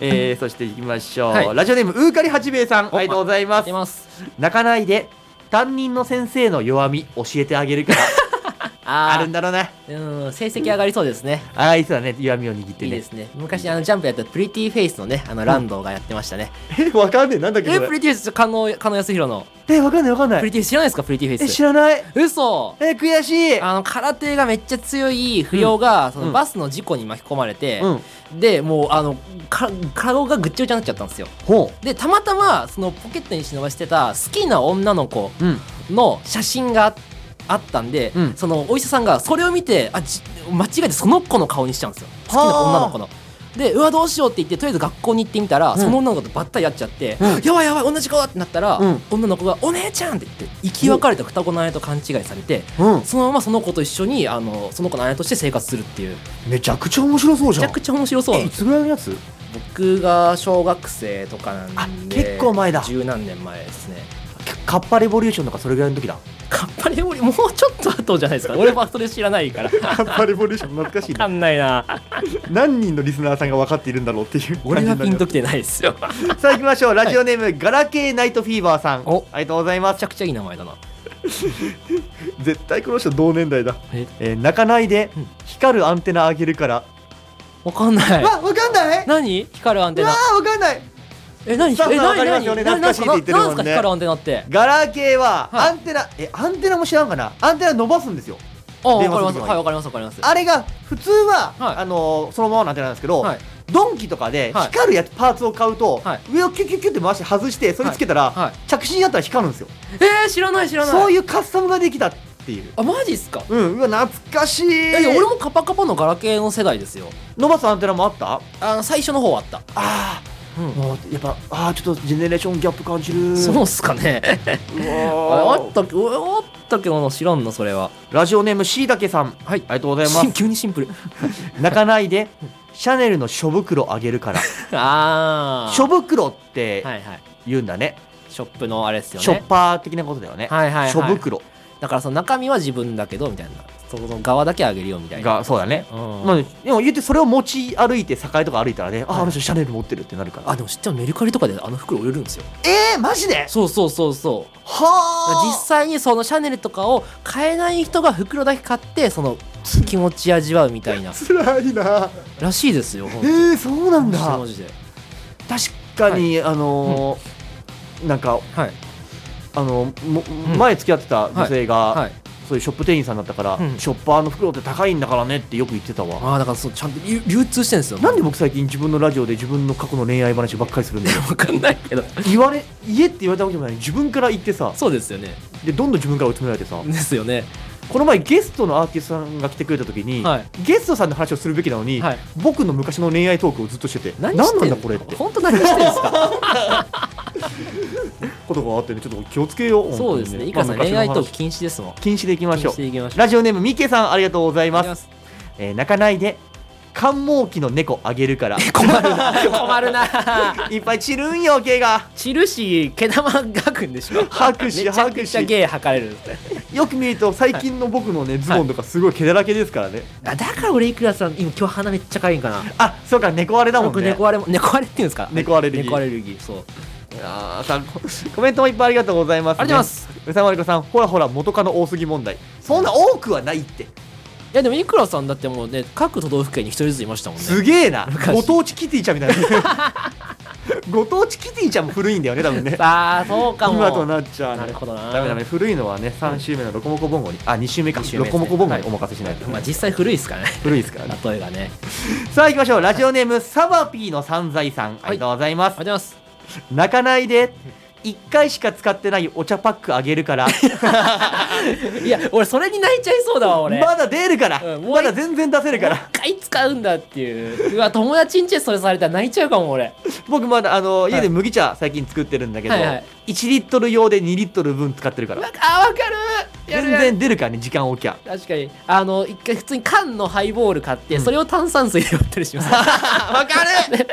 Speaker 3: え ー、そしていきましょう、
Speaker 4: はい
Speaker 3: ラジオネームうーかりはちべえさんありがとうございます
Speaker 4: 出ます
Speaker 3: 泣かないで担任の先生の弱み教えてあげるからあ
Speaker 4: あ
Speaker 3: るんだろうね
Speaker 4: ーうん成績上がりそうですね
Speaker 3: ああいつはね弱みを握って
Speaker 4: い
Speaker 3: ね
Speaker 4: いですね昔あのジャンプやったプリティフェイスのねあのランドがやってましたね、
Speaker 3: えわかんねえなんだっけ
Speaker 4: え
Speaker 3: ど
Speaker 4: プリティフェイス加納加納康弘の
Speaker 3: えわかんないわかんな
Speaker 4: プリ
Speaker 3: い
Speaker 4: ティフェイス知らないですかプリティフェ
Speaker 3: え
Speaker 4: イ
Speaker 3: 知
Speaker 4: ス
Speaker 3: らない
Speaker 4: 嘘
Speaker 3: え悔しい
Speaker 4: あの空手がめっちゃ強い不良が、そ
Speaker 3: うん
Speaker 4: のバスの事故に巻き込まれて、
Speaker 3: うん
Speaker 4: でもうあのか顔がぐっちゃぐちゃになっちゃったんですよ
Speaker 3: ほ
Speaker 4: でたまたまそのポケットに忍ばしてた好きな女の子
Speaker 3: ううん
Speaker 4: の写真がああったんで、
Speaker 3: うん
Speaker 4: そのお医者さんがそれを見てあじ間違えてその子の顔にしちゃうんですよ好きな女の子の。でうわどうしようって言ってとりあえず学校に行ってみたら、
Speaker 3: ん
Speaker 4: その女の子とばったりやっちゃって、
Speaker 3: うん
Speaker 4: やばいやばい同じ顔だってなったら、
Speaker 3: うん
Speaker 4: 女の子が「お姉ちゃん!」って言って生き別れた双子の姉と勘違いされて、
Speaker 3: うん
Speaker 4: そのままその子と一緒にあのその子の姉として生活するっていう
Speaker 3: めちゃくちゃ面白そう
Speaker 4: め
Speaker 3: じ
Speaker 4: ち
Speaker 3: ゃ
Speaker 4: ゃ
Speaker 3: ん
Speaker 4: くちゃ面白そうな
Speaker 3: え
Speaker 4: ん
Speaker 3: い
Speaker 4: です
Speaker 3: つぐらいのやつ
Speaker 4: 僕が小学生とか
Speaker 3: あ
Speaker 4: なんで
Speaker 3: 結構前だ
Speaker 4: 十何年前ですね
Speaker 3: カッパレボリューションとかそれぐらい の時だ
Speaker 4: カッパレオリもうちょっと後じゃないですか俺はそれ知らないから
Speaker 6: カッパレボリューション懐かしい
Speaker 4: わかんないな。
Speaker 6: 何人のリスナーさんが分かっているんだろうっていう
Speaker 4: 俺はピンと
Speaker 6: き
Speaker 4: きてないです よ。め
Speaker 3: さあ行きましょうラジオネーム、ガラケーナイトフィーバーさん
Speaker 4: お
Speaker 3: ありがとうございます
Speaker 4: ちゃくちゃいい名前だな。
Speaker 6: 絶対この人同年代だ
Speaker 3: えー泣かないで
Speaker 4: うん
Speaker 3: 光るアンテナあげるから
Speaker 4: わかんない。
Speaker 3: あわかんない
Speaker 4: 何光るアン
Speaker 3: う
Speaker 4: テ
Speaker 3: わ
Speaker 4: ナ。
Speaker 3: ーわかんない
Speaker 4: え、何
Speaker 3: スタッフ
Speaker 4: え、
Speaker 3: さんわ
Speaker 4: 何
Speaker 3: かりますよ
Speaker 4: 何
Speaker 3: ね
Speaker 4: 何
Speaker 3: 懐かしいって言ってるもんね
Speaker 4: 何すか光るアンテナって。
Speaker 3: ガラケーは
Speaker 4: はい
Speaker 3: アンテナ、えアンテナも知らんかなアンテナ伸ばすんですよ
Speaker 4: あ、わか
Speaker 3: 電
Speaker 4: り
Speaker 3: 話
Speaker 4: ますす。
Speaker 3: る時
Speaker 4: は、
Speaker 3: はい
Speaker 4: わかります。わかります。
Speaker 3: あれが普通は、
Speaker 4: はい
Speaker 3: あのーそのままのアンテナなんですけど、
Speaker 4: はい。
Speaker 3: ドンキとかで
Speaker 4: はい
Speaker 3: 光るやつ、パーツを買うと、
Speaker 4: はい
Speaker 3: 上をキュキュキュって回して外してそれつけたら、
Speaker 4: はいはい
Speaker 3: 着信やったら光るんですよ
Speaker 4: えー、知らない、知らない。
Speaker 3: そう
Speaker 4: う。
Speaker 3: いうカスタムができたっていう
Speaker 4: あ、マジっすか。
Speaker 3: うんうわ懐かしい
Speaker 4: え、俺もカパカパのガラケーの世代ですよ。
Speaker 3: 伸ばすアンテナもあった
Speaker 4: あの、最初の方はあった。
Speaker 3: あー、
Speaker 4: うん
Speaker 3: もうやっぱあーちょっとジェネレーションギャップ感じる
Speaker 4: そうっすかね。
Speaker 3: う
Speaker 4: あ
Speaker 3: わ
Speaker 4: あ
Speaker 3: ー
Speaker 4: った、あったけどな、知らんの、それは。
Speaker 3: ラジオネームしいたけさん
Speaker 4: はい
Speaker 3: あ。りがとうございます
Speaker 4: し急にシンプ ル。
Speaker 3: 泣かないでシャネルの書袋あげるから
Speaker 4: ああ。
Speaker 3: 書袋って
Speaker 4: はいはい。
Speaker 3: 言うんだね
Speaker 4: ショップのあれですよね。
Speaker 3: ショッパー的なことだよね、
Speaker 4: はいはいはい
Speaker 3: 書袋
Speaker 4: だからその中身は自分だけどみたいなその側だけあげるよみたいな
Speaker 3: がそうだね、
Speaker 4: うん
Speaker 3: まあ、でも言ってそれを持ち歩いて境とか歩いたらね、ああの人シャネル持ってるってなるから
Speaker 4: あでも知ってもメルカリとかであの袋売れるんですよ
Speaker 3: えー、マジで
Speaker 4: そうそうそうそうだから
Speaker 3: はあ
Speaker 4: 実際にそのシャネルとかを買えない人が袋だけ買ってその気持ち味わうみたいな
Speaker 6: つらいな
Speaker 4: らしいですよほんと
Speaker 3: えー、そうなんだ
Speaker 4: マジで
Speaker 3: 確かに、あのーなんか
Speaker 4: はい
Speaker 3: あのも
Speaker 4: ん
Speaker 3: 前付き合ってた女性が、
Speaker 4: はい
Speaker 3: そういうショップ店員さんだったから、
Speaker 4: うん
Speaker 3: ショッパーの袋って高いんだからねってよく言ってたわ
Speaker 4: ああだからそうちゃんと流流通してんですよ
Speaker 3: なんで
Speaker 4: も
Speaker 3: 僕最近自分のラジオで自分の過去の恋愛話ばっかりするんだよ
Speaker 4: わかんないけど
Speaker 3: 言われ言えって言われたわけじゃない自分から言ってさ
Speaker 4: そうですよね
Speaker 3: でどんどん自分から追い詰められてさ
Speaker 4: ですよね
Speaker 3: この前ゲストのアーティストさんが来てくれた時に、
Speaker 4: はい
Speaker 3: ゲストさんの話をするべきなのに、
Speaker 4: はい
Speaker 3: 僕の昔の恋愛トークをずっとしてて
Speaker 4: 何
Speaker 3: な
Speaker 4: して
Speaker 3: んなん
Speaker 4: ん
Speaker 3: だこれって
Speaker 4: 本当何してんですか
Speaker 3: ことがあってねちょっと気をつけよう
Speaker 4: そうですね
Speaker 3: 本当に
Speaker 4: いかさん
Speaker 3: まあ昔
Speaker 4: 恋
Speaker 3: の話
Speaker 4: 愛トーク禁止ですもん
Speaker 3: 禁止でいきましょう
Speaker 4: 禁止でいきましょう
Speaker 3: ラジオネームみけさんありがとうございます
Speaker 4: す
Speaker 3: えー泣かないで寒毛期の猫あげるから
Speaker 4: 困るな困るない
Speaker 3: っ ぱい散るんよ毛が
Speaker 4: チルシ毛玉がくんでしょ
Speaker 3: 拍手
Speaker 4: めちゃくちゃ
Speaker 3: 拍手
Speaker 4: ゲー吐かれる
Speaker 3: よく見ると最近の僕のねズボンとかすごい毛だらけですからね、
Speaker 4: あ だから俺いくらさん今今日鼻めっちゃかゆいんかな
Speaker 3: あそうか猫あれだもん
Speaker 4: 僕
Speaker 3: ね
Speaker 4: 猫アレも猫アレっていうんですか
Speaker 3: 猫アレルギー
Speaker 4: 猫アレルギーそう
Speaker 3: あーさん ココメントもいっぱいありがとうございます、ね、
Speaker 4: ありがとうございます
Speaker 3: うさまるこさんほらほら元カノ多すぎ問題そんな多くはないって
Speaker 4: いやでもいくらさんだってもうね各都道府県に一人ずついましたもんね
Speaker 3: すげえな
Speaker 4: 昔
Speaker 3: ご当地キティちゃんみたいな ご当地キティちゃんも古いんだよね多分ね
Speaker 4: ああそうかも
Speaker 3: 今となっちゃうね
Speaker 4: なるほどな
Speaker 3: ダメダメ古いのはね3週目のロコモコボンゴにあ2週目か
Speaker 4: 二週目
Speaker 3: ロ
Speaker 4: ですね
Speaker 3: コモコボンゴにお任せしないと、
Speaker 4: まあ実際古いですから ね
Speaker 3: 古いですからね
Speaker 4: 例えがね
Speaker 3: さあ行きましょうラジオネームサバピーの散財さんありがとうございま
Speaker 4: あ
Speaker 3: す、
Speaker 4: りがとうございます
Speaker 3: 泣かないで1回しか使ってないお茶パックあげるから
Speaker 4: いや俺それに泣いちゃいそうだわ俺
Speaker 3: まだ出るから、
Speaker 4: うんもう
Speaker 3: まだ全然出せるから
Speaker 4: 一回使うんだっていううわ友達んちそれされたら泣いちゃうかも俺
Speaker 3: 僕まだあの
Speaker 4: い
Speaker 3: 家で麦茶最近作ってるんだけど、
Speaker 4: はいはい
Speaker 3: 1リットル用で2リットル分使ってるから
Speaker 4: わあ分かるや
Speaker 3: 全
Speaker 4: るやる
Speaker 3: 然出るからね時間おきゃ
Speaker 4: 確かにあの一回普通に缶のハイボール買って、それを炭酸水で割ったりします
Speaker 3: わかる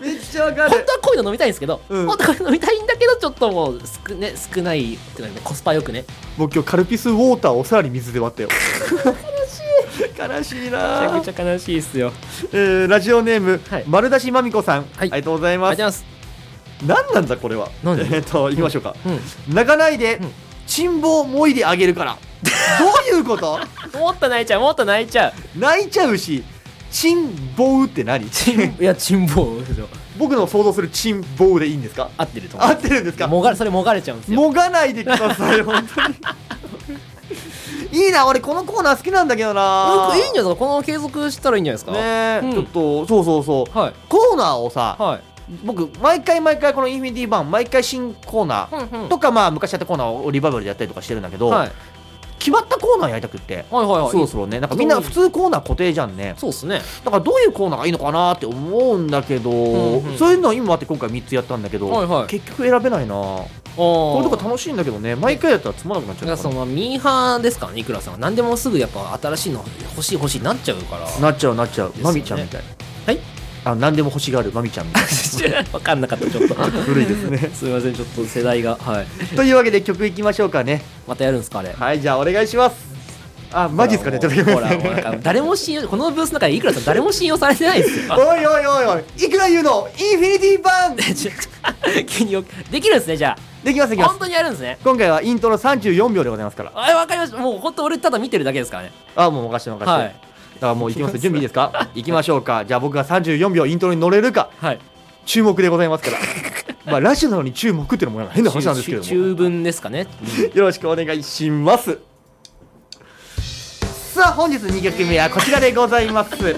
Speaker 3: めっちゃわか
Speaker 4: 本当はこういうの飲みたいんですけど、
Speaker 3: うん
Speaker 4: 本当はこういうの飲みたいんだけどちょっともう少,、ね、少ないっていうかねコスパよくね
Speaker 3: 僕今日カルピスウォーターをさらに水で割ったよ悲しい悲しい
Speaker 4: めち
Speaker 3: な
Speaker 4: ゃ
Speaker 3: あ
Speaker 4: くちゃ悲しいっすよ
Speaker 3: えーラジオネーム、
Speaker 4: はい
Speaker 3: 丸出しまみこさん、
Speaker 4: い
Speaker 3: ありがとうござい
Speaker 4: あ
Speaker 3: ま
Speaker 4: り
Speaker 3: す
Speaker 4: がとうござい
Speaker 3: 何なんだこれは
Speaker 4: 何
Speaker 3: えーっと言いましょうか、
Speaker 4: ます、
Speaker 3: 泣かないで、
Speaker 4: うん
Speaker 3: 沈望もいであげるからどうい うこと
Speaker 4: うん、もっと泣いちゃうもっと泣いちゃう
Speaker 3: 泣いちゃうし沈望って何
Speaker 4: いや沈黙ですよ
Speaker 3: 僕の想像する沈望でいいんですか
Speaker 4: 合ってると思
Speaker 3: 合
Speaker 4: う
Speaker 3: ってるんですか
Speaker 4: もがそれもがれちゃうんですよ
Speaker 3: もがないでください本当に いいな俺このコーナー好きなんだけどな
Speaker 4: なんかいいんじゃないですかこのまま継続したらいいんじゃないですか
Speaker 3: ねえ、
Speaker 4: うん
Speaker 3: ちょっとそうそうそう
Speaker 4: はい
Speaker 3: コーナーをさ
Speaker 4: はい
Speaker 3: 僕毎回毎回このインフィニティバン毎回新コーナー
Speaker 4: うんうん
Speaker 3: とかまあ昔やったコーナーをリバイバルでやったりとかしてるんだけど、
Speaker 4: はい
Speaker 3: 決まったコーナーやりたくって
Speaker 4: はいはいはい
Speaker 3: そろそろねなんかみんな普通コーナー固定じゃんね
Speaker 4: そうっすね
Speaker 3: だからどういうコーナーがいいのかなって思うんだけど、
Speaker 4: んうん
Speaker 3: そういうの今あって今回3つやったんだけど、
Speaker 4: はいはい
Speaker 3: 結局選べないなこ
Speaker 4: こ
Speaker 3: ういうとこ楽しいんだけどね毎回やったらつまらなくなっち
Speaker 4: だか
Speaker 3: ゃ
Speaker 4: ら
Speaker 3: うか
Speaker 4: そ
Speaker 3: ら
Speaker 4: のミーハーですからねいくらさんは何でもすぐやっぱ新しいの欲しい欲しいなっちゃうから
Speaker 3: なっちゃうなっちゃう、
Speaker 4: すよね
Speaker 3: まみちゃんみたい
Speaker 4: はい
Speaker 3: あ何でも欲しがるまみちゃんみ たい
Speaker 4: 分かんなかったちょっと
Speaker 3: 古いです ね
Speaker 4: すいませんちょっと世代がはい
Speaker 3: というわけで曲いきましょうかね
Speaker 4: またやるんですかあれ
Speaker 3: はいじゃあお願いしますあマジですかねちょっと
Speaker 4: ほらほらほら誰も信用このブースの中でいくらさん誰も信用されてないですよ
Speaker 3: おいおいおいおいいくら言うのインフィニティバーンで
Speaker 4: ちょ急によできるんですねじゃ
Speaker 3: きますでき
Speaker 4: あ
Speaker 3: ます
Speaker 4: 本当にやるんですね
Speaker 3: 今回はイントロ34秒でございますから
Speaker 4: あわかりましたもう本当俺ただ見てるだけですからね
Speaker 3: あもう任せて任せて、
Speaker 4: はい
Speaker 3: だからもう行き ますよ準備いいですか行きましょうかじゃあ僕が34秒イントロに乗れるか
Speaker 4: はい
Speaker 3: 注目でございます からまあラジオなのに注目っていうのもなんか変な話なんですけども
Speaker 4: 中中分ですか ね
Speaker 3: よろしくお願いしますさあ本日2曲目はこちらでございます台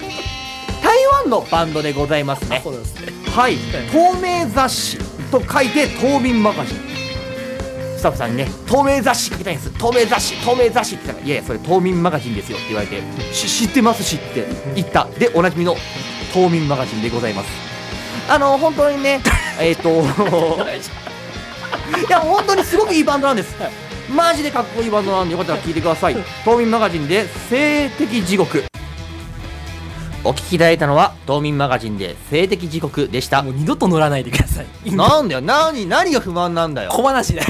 Speaker 3: 湾のバンドでございますね
Speaker 4: うなんですね
Speaker 3: はい透明雑誌と書いて透明マガジンスタッフさんにね透明雑誌書きたいんです透明雑誌透明雑誌って言ったらいやいやそれ透明マガジンですよって言われてし知ってますしって言ったでおなじみの透明マガジンでございますあの本当にね えっといや本当にすごくいいバンドなんです、マジでかっこいいバンドなんでよかったら聞いてください冬眠マガジンで「性的地獄」お聞きいただいたのは冬眠マガジンで「性的地獄」でした
Speaker 4: もう二度と乗らないでください
Speaker 3: なんだよ何何が不満なんだ
Speaker 4: 小
Speaker 3: よ
Speaker 4: 話だよ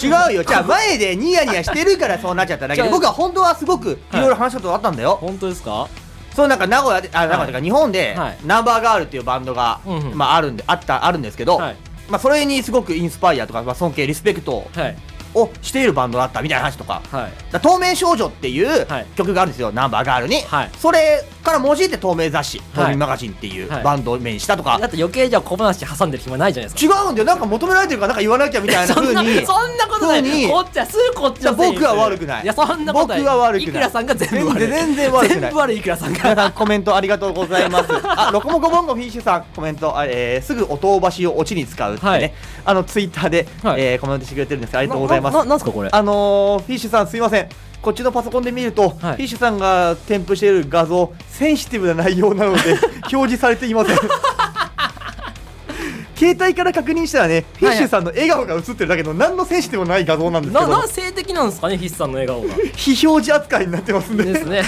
Speaker 3: 違うよじゃあ前でニヤニヤしてるからそうなっちゃっただけで
Speaker 4: じゃあ
Speaker 3: 僕は本当はすごくいろいろ話したことあったんだよ、
Speaker 4: 本当ですか
Speaker 3: そうなんか名古屋であ名古屋というか日本で、
Speaker 4: はい
Speaker 3: ナンバーガールっていうバンドが、
Speaker 4: うんうん
Speaker 3: まあ、あるんであったあるんですけど、
Speaker 4: はい
Speaker 3: まあ、それにすごくインスパイアとか、まあ、尊敬リスペクト
Speaker 4: はい
Speaker 3: をしているバンドだったみたいな話とか
Speaker 4: はい
Speaker 3: だから透明少女っていう
Speaker 4: はい
Speaker 3: 曲があるんですよ、ナンバーガールに、
Speaker 4: はい
Speaker 3: それから文字って透明雑誌、
Speaker 4: はい
Speaker 3: 透明マガジンっていう
Speaker 4: はい
Speaker 3: バンドを目にしたとか、
Speaker 4: だって余計じゃあ小話挟んでる暇ないじゃないですか
Speaker 3: 違うんだよなんか求められてるからなんか言わなきゃみたいな
Speaker 4: そ
Speaker 3: 風
Speaker 4: んな
Speaker 3: に
Speaker 4: そんなことない
Speaker 3: ふうに
Speaker 4: こっちはすぐこっちのせいにする
Speaker 3: 僕は悪くない
Speaker 4: いやそんなことない
Speaker 3: 僕は悪くない
Speaker 4: いくらさんが全部悪い
Speaker 3: 全然全然悪くない
Speaker 4: 全部悪いいくらさん
Speaker 3: 皆
Speaker 4: が
Speaker 3: さんコメントありがとうございますあロコモコボンゴフィッシュさんコメント、あえーすぐお遠ばしをオチに使うってね、
Speaker 4: はい
Speaker 3: あのツイッターで、
Speaker 4: はい
Speaker 3: えーコメントしてくれてるんですありがとうございます
Speaker 4: なななんすかこれ
Speaker 3: あのー、フィッシュさんすいませんこっちのパソコンで見ると、
Speaker 4: はい
Speaker 3: フィッシュさんが添付している画 像センシティブな内容なので表示されていません携帯から確認したらねフィッシュさんの笑顔が映ってるだけの何の選手でもない画像なんですけ
Speaker 4: な
Speaker 3: ど
Speaker 4: な性的なんですかね筆さんの笑 顔が
Speaker 3: 非表示扱いになってますんで
Speaker 4: ですね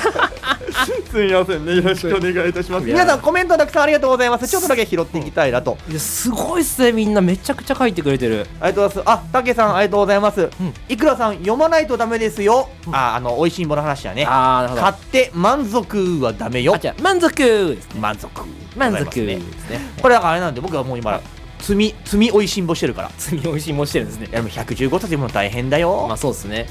Speaker 3: すみませんねよろしくお願いいたします
Speaker 4: いや
Speaker 3: 皆さんコメントたくさんありがとうございますちょっとだけ拾っていきたいなと
Speaker 4: いやすごいっすねみんなめちゃくちゃ書いてくれてる
Speaker 3: ありがとうございますあたけさんありがとうございます、
Speaker 4: ん
Speaker 3: いくらさん読まないとダメですよ、ああの美味しいもの話やね
Speaker 4: ああなるほど
Speaker 3: 買って満足はダメよ
Speaker 4: あじゃあ満足ですね
Speaker 3: 満足
Speaker 4: 満
Speaker 3: ございま
Speaker 4: 足
Speaker 3: す
Speaker 4: で
Speaker 3: ね
Speaker 4: すね
Speaker 3: これだからあれなんで僕はもう今積み積みおいしんぼしてるからい
Speaker 4: 積み美味しいもんしてるんですね
Speaker 3: やでも115冊読むの大変だよ、
Speaker 4: まあそうですね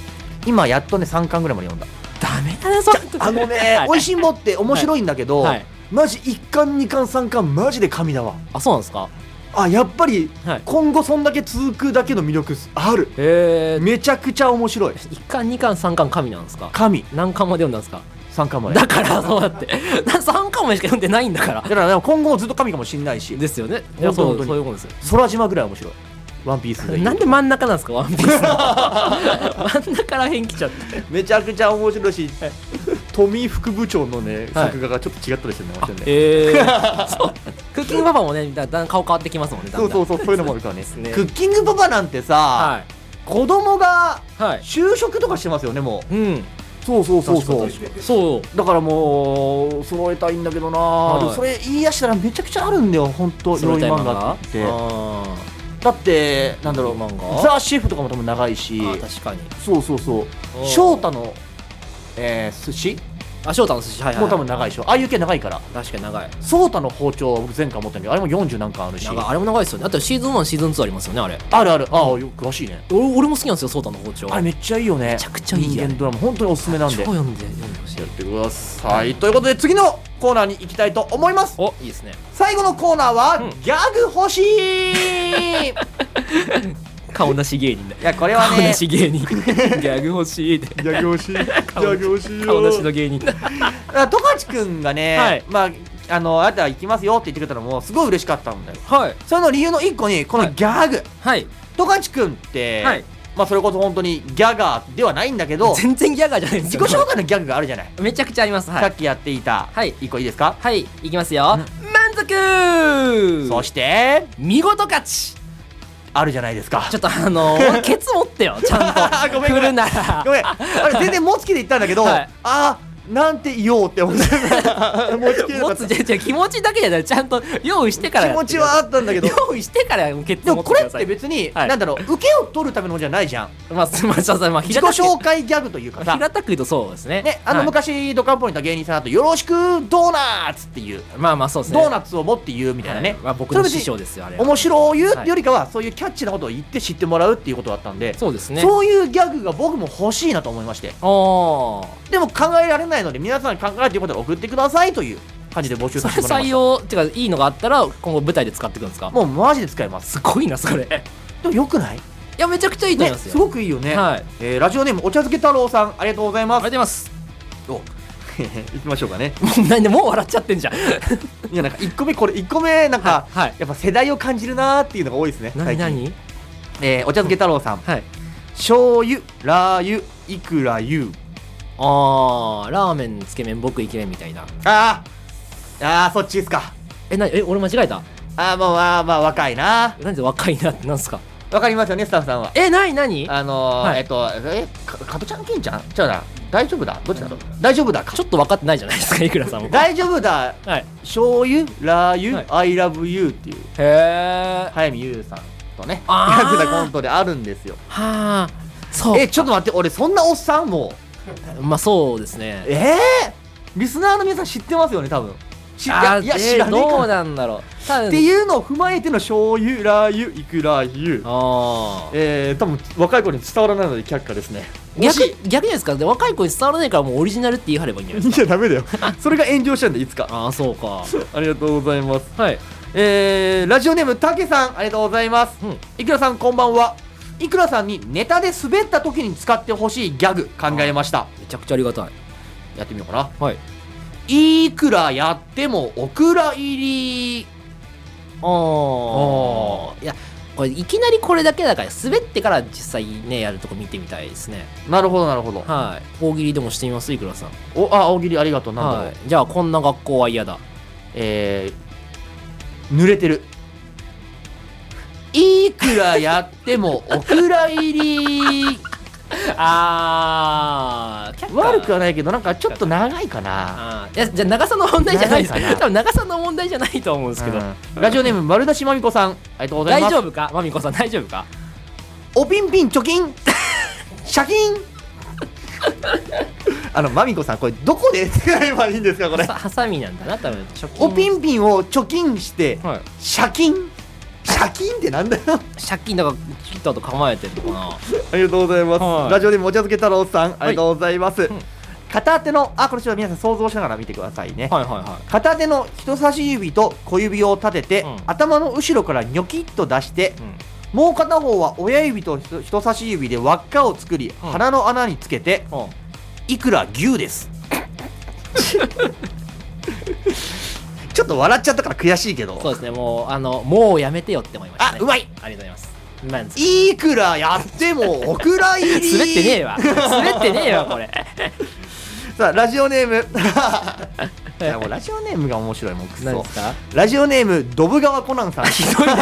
Speaker 3: 今やっとね3巻ぐらいまで読んだ
Speaker 4: ダメだねそ
Speaker 3: あのね
Speaker 4: おい
Speaker 3: 美味しんぼって面白いんだけど、
Speaker 4: はいはい
Speaker 3: マジ1巻2巻3巻マジで神だわ
Speaker 4: あそうなんですか
Speaker 3: あやっぱり
Speaker 4: はい
Speaker 3: 今後そんだけ続くだけの魅力ある
Speaker 4: へえ
Speaker 3: めちゃくちゃ面白い
Speaker 4: 1巻2巻3巻神なんですか
Speaker 3: 神
Speaker 4: 何巻まで読んだんですか
Speaker 3: 3巻までだ
Speaker 4: だからそうだって 3巻までしか読んでないんだから
Speaker 3: からね今後もずっと神かもしれないし
Speaker 4: ですよねいやそ
Speaker 3: 本
Speaker 4: う
Speaker 3: 当に
Speaker 4: そういうことですよ
Speaker 3: 空島ぐらい面白いワンピースで言う
Speaker 4: なんで真ん中なんですかワンピースの 真ん中らへん来ちゃって
Speaker 3: めちゃくちゃ面白いし富井副部長のね
Speaker 4: はい
Speaker 3: 作画がちょっと違ったりしてねましたね
Speaker 4: ええ そうクッキングパパもねだんだん顔変わってきますもんねだん
Speaker 3: そ
Speaker 4: だ
Speaker 3: うんそうそうそういうのもあるからね
Speaker 4: すね
Speaker 3: クッキングパパなんてさ、
Speaker 4: は
Speaker 3: 子供が
Speaker 4: いはい
Speaker 3: 就職とかしてますよねも
Speaker 4: うん
Speaker 3: うそうそうそうそう
Speaker 4: 確かにそう
Speaker 3: だからもう揃えたいんだけどな、
Speaker 4: はい
Speaker 3: でもそれ言い出したらめちゃくちゃあるんだよ本当
Speaker 4: そ
Speaker 3: 料
Speaker 4: う
Speaker 3: 理
Speaker 4: いう
Speaker 3: 漫
Speaker 4: 漫
Speaker 3: 画
Speaker 4: 画
Speaker 3: って
Speaker 4: あ
Speaker 3: だってなんだろう
Speaker 4: 漫画
Speaker 3: ザ・シェフとかも多分長いし
Speaker 4: ーあ確かに
Speaker 3: そうそうそ
Speaker 4: おー
Speaker 3: う翔太の、えー寿司
Speaker 4: あ翔太の寿司はいはい
Speaker 3: もう多分長いでしょああいう系長いから
Speaker 4: 確かに長い
Speaker 3: 翔太の包丁は僕前回持ってるけどあれも40何巻あるし
Speaker 4: なんかあれも長いですよねあとシーズン1シーズン2ありますよねあれ
Speaker 3: あるあるああよく詳しいね
Speaker 4: 俺俺も好きなんですよソータの包丁
Speaker 3: あれめっちゃいいよねめ
Speaker 4: ちゃくちゃいいやん
Speaker 3: 人間ドラマ本当におすすめなんで
Speaker 4: 超読んで読んでほしい
Speaker 3: ってくださいということで次のコーナーに行きたいと思います
Speaker 4: おいいですね
Speaker 3: 最後のコーナーは、
Speaker 4: うん
Speaker 3: ギャグ欲し いい
Speaker 4: 顔なし芸人だ
Speaker 3: やこれは
Speaker 4: 顔
Speaker 3: ね
Speaker 4: なし芸人ギャグ欲しいで
Speaker 3: ギャグ欲しいギ
Speaker 4: ャグ
Speaker 3: 欲しい
Speaker 4: 顔なしの芸人
Speaker 3: トカチくんがね、
Speaker 4: はい
Speaker 3: まああのあなた行きますよって言ってくれたのもすごい嬉しかったんだよ
Speaker 4: はい
Speaker 3: それの理由の一個にこのギャグ、
Speaker 4: はい
Speaker 3: トカチくんって、
Speaker 4: はい
Speaker 3: まあそれこそ本当にギャガーではないんだけど
Speaker 4: 全然ギャガーじゃないです
Speaker 3: 自己
Speaker 4: よ
Speaker 3: 紹介のギャグがあるじゃない、
Speaker 4: めちゃくちゃありますは
Speaker 3: さ
Speaker 4: い
Speaker 3: っきやっていた、
Speaker 4: はい
Speaker 3: 一個いいですか、
Speaker 4: はいいきますよ満足
Speaker 3: そして
Speaker 4: 見事勝ち
Speaker 3: あるじゃないですか
Speaker 4: ちょっとあのー 俺ケツ持ってよちゃんと
Speaker 3: ごめ
Speaker 4: 来
Speaker 3: んごめん
Speaker 4: るなら
Speaker 3: ごめんあれ全然持つ気で言ったんだけど、
Speaker 4: はい
Speaker 3: あーなんて言おうって思って持つ気で
Speaker 4: 持つじゃじゃ気持ちだけじゃないちゃんと用意してから
Speaker 3: 気持ちはあったんだけど
Speaker 4: 用意してからケツ
Speaker 3: で
Speaker 4: 持
Speaker 3: も
Speaker 4: って
Speaker 3: こ
Speaker 4: く
Speaker 3: れ
Speaker 4: だ
Speaker 3: っ
Speaker 4: さい
Speaker 3: て別に、
Speaker 4: はい
Speaker 3: なんだろう受けを取るためのものじゃないじゃん
Speaker 4: まあすみませんまあ
Speaker 3: 自
Speaker 4: 平
Speaker 3: 己
Speaker 4: たく
Speaker 3: 紹介ギャグというかさ
Speaker 4: 平たく言うとそうですね
Speaker 3: ね、あの
Speaker 4: はい
Speaker 3: 昔ドカンポにいた芸人さんだと「よろしくドーナツ」っていう
Speaker 4: まあまあそうですね
Speaker 3: ドーナツを持って言うみたいなね、
Speaker 4: はいまあ、僕
Speaker 3: それ
Speaker 4: の
Speaker 3: 別に
Speaker 4: 師匠ですよあれは
Speaker 3: 面白を言うって
Speaker 4: はい
Speaker 3: よりかは、そういうキャッチーなことを言って知ってもらうっていうことだったんで
Speaker 4: そうですね
Speaker 3: そういうギャグが僕も欲しいなと思いまして
Speaker 4: おー
Speaker 3: でも考えられないので皆さん考えてよかったら送ってくださいという感じで募集
Speaker 4: そ
Speaker 3: さ
Speaker 4: れ
Speaker 3: せて
Speaker 4: 採
Speaker 3: もらいま
Speaker 4: 用っていうかいいのがあったら今後舞台で使っていくんですか
Speaker 3: すもうマジで使えます
Speaker 4: す ごいなそれい
Speaker 3: でもよくないね
Speaker 4: やめちゃくちゃいいと思いますよ、
Speaker 3: すごくいいよね、
Speaker 4: はいあり
Speaker 3: えーラジオネームお茶漬け太郎さんありがとうございま
Speaker 4: がとうご
Speaker 3: す
Speaker 4: ざいます
Speaker 3: お行きましょうかね
Speaker 4: もうなんでもう笑っちゃってんじゃん
Speaker 3: いやなんか1個目これ1個目なんか、
Speaker 4: はい
Speaker 3: やっぱ世代を感じるなーっていうのが多いですね
Speaker 4: 何
Speaker 3: 最近
Speaker 4: 何
Speaker 3: えーお茶漬け太郎さん、
Speaker 4: はい
Speaker 3: 醤油ラー油いくら油
Speaker 4: あーラーメンつけ麺僕イケメンみたいな
Speaker 3: あーあーそっちですか
Speaker 4: えなえ俺間違えた
Speaker 3: あーまあまあまあ若いな
Speaker 4: なんで若いなってなんすか
Speaker 3: わかりますよねスタッフさんは
Speaker 4: え何何
Speaker 3: あのー
Speaker 4: はい
Speaker 3: えっとえかかとちゃんけんちゃんちゃうな大丈夫だどっちだろう大丈夫だか
Speaker 4: ちょっと分かってないじゃないですかいくらさんもはい
Speaker 3: 大丈夫だ
Speaker 4: へ
Speaker 3: 醤油ラー油、
Speaker 4: はい
Speaker 3: I love you っていう
Speaker 4: えは
Speaker 3: 早見優さんとね
Speaker 4: あー
Speaker 3: やってたコントであるんですよ
Speaker 4: あそう
Speaker 3: えちょっと待って俺そんなおっさんもう
Speaker 4: まあそうですね
Speaker 3: ええリスナーの皆さん知ってますよね多分知いや
Speaker 4: あ
Speaker 3: いや
Speaker 4: で
Speaker 3: 知らねえ
Speaker 4: ど
Speaker 3: か
Speaker 4: う
Speaker 3: な
Speaker 4: な
Speaker 3: っ
Speaker 4: んだろう多分
Speaker 3: ていうのを踏まえての醤油ラー油いくら油
Speaker 4: あー
Speaker 3: えー、多分若い子に伝わらないので却下ですねも
Speaker 4: 逆
Speaker 3: し
Speaker 4: 逆じゃないですかで若い子に伝わらないからもうオリジナルって言い張ればいいんじゃないです
Speaker 3: いやダメだよそれが炎上したんでいつか
Speaker 4: かああそうか
Speaker 3: ありがとうございます
Speaker 4: はい
Speaker 3: えー、ラジオネームたけさんありがとうございます、
Speaker 4: うん
Speaker 3: いくらさんこんばんはいくらさんにネタで滑った時に使ってほしいギャグ考えました
Speaker 4: めちゃくちゃありがたい
Speaker 3: やってみようかな
Speaker 4: はい
Speaker 3: いくらやってもオクラ入り
Speaker 4: ああいやこれいきなりこれだけだから滑ってから実際ねやるとこ見てみたいですね
Speaker 3: なるほどなるほど
Speaker 4: はい大喜利でもしてみますいくらさん
Speaker 3: おあ大喜利ありがとうなんだろう、
Speaker 4: はいじゃあこんな学校は嫌だ
Speaker 3: えー、濡れてるいくらやってもお蔵 入り
Speaker 4: あー却下
Speaker 3: 悪くはないけどなんかちょっと長いかな
Speaker 4: あーいやじゃあ長さの問題じゃないです
Speaker 3: 長いかな
Speaker 4: 多分長さの問題じゃないと思うんですけど、
Speaker 3: うんラジオネーム丸出しまみこさんありがとうござい
Speaker 4: 大
Speaker 3: ます
Speaker 4: 丈夫かまみこさん大丈夫か
Speaker 3: おピンピン貯金借金 あのまみこさんこれどこで使えばいいんですかこれ
Speaker 4: さハサミなんだな多分貯金
Speaker 3: おピンピンを貯金して
Speaker 4: はい
Speaker 3: 借金借金ってなんだよ
Speaker 4: 借金だから切ったと構えてるのかな
Speaker 3: ありがとうございます、
Speaker 4: はい
Speaker 3: ラジオネームお茶漬け太郎さんありがとうございます、
Speaker 4: ん
Speaker 3: 片手のあこれちょっと皆さん想像しながら見てくださいね、
Speaker 4: はいはいは
Speaker 3: 片手の人差し指と小指を立てて、
Speaker 4: うん
Speaker 3: 頭の後ろからニョキッと出して
Speaker 4: い、、うん、
Speaker 3: もう片方は親指と人人差し指で輪っかを作り、
Speaker 4: うん
Speaker 3: 鼻の穴につけて
Speaker 4: ほ
Speaker 3: いくら牛です ちょっと笑っちゃったから悔しいけ
Speaker 4: うそう
Speaker 3: ど
Speaker 4: ですねもうあのもうやめてよって思いました、
Speaker 3: あ
Speaker 4: ね、
Speaker 3: うまい
Speaker 4: ありがとうございますうまいんです
Speaker 3: いくらやってもお蔵入り
Speaker 4: 滑ってねえわ滑ってねえわこれ
Speaker 3: さあラジオネ ームいやもうラジオネームが面白いもんく
Speaker 4: 何
Speaker 3: そ
Speaker 4: ですか
Speaker 3: ラジオネームドブ川コナ ンさん
Speaker 4: ひどいな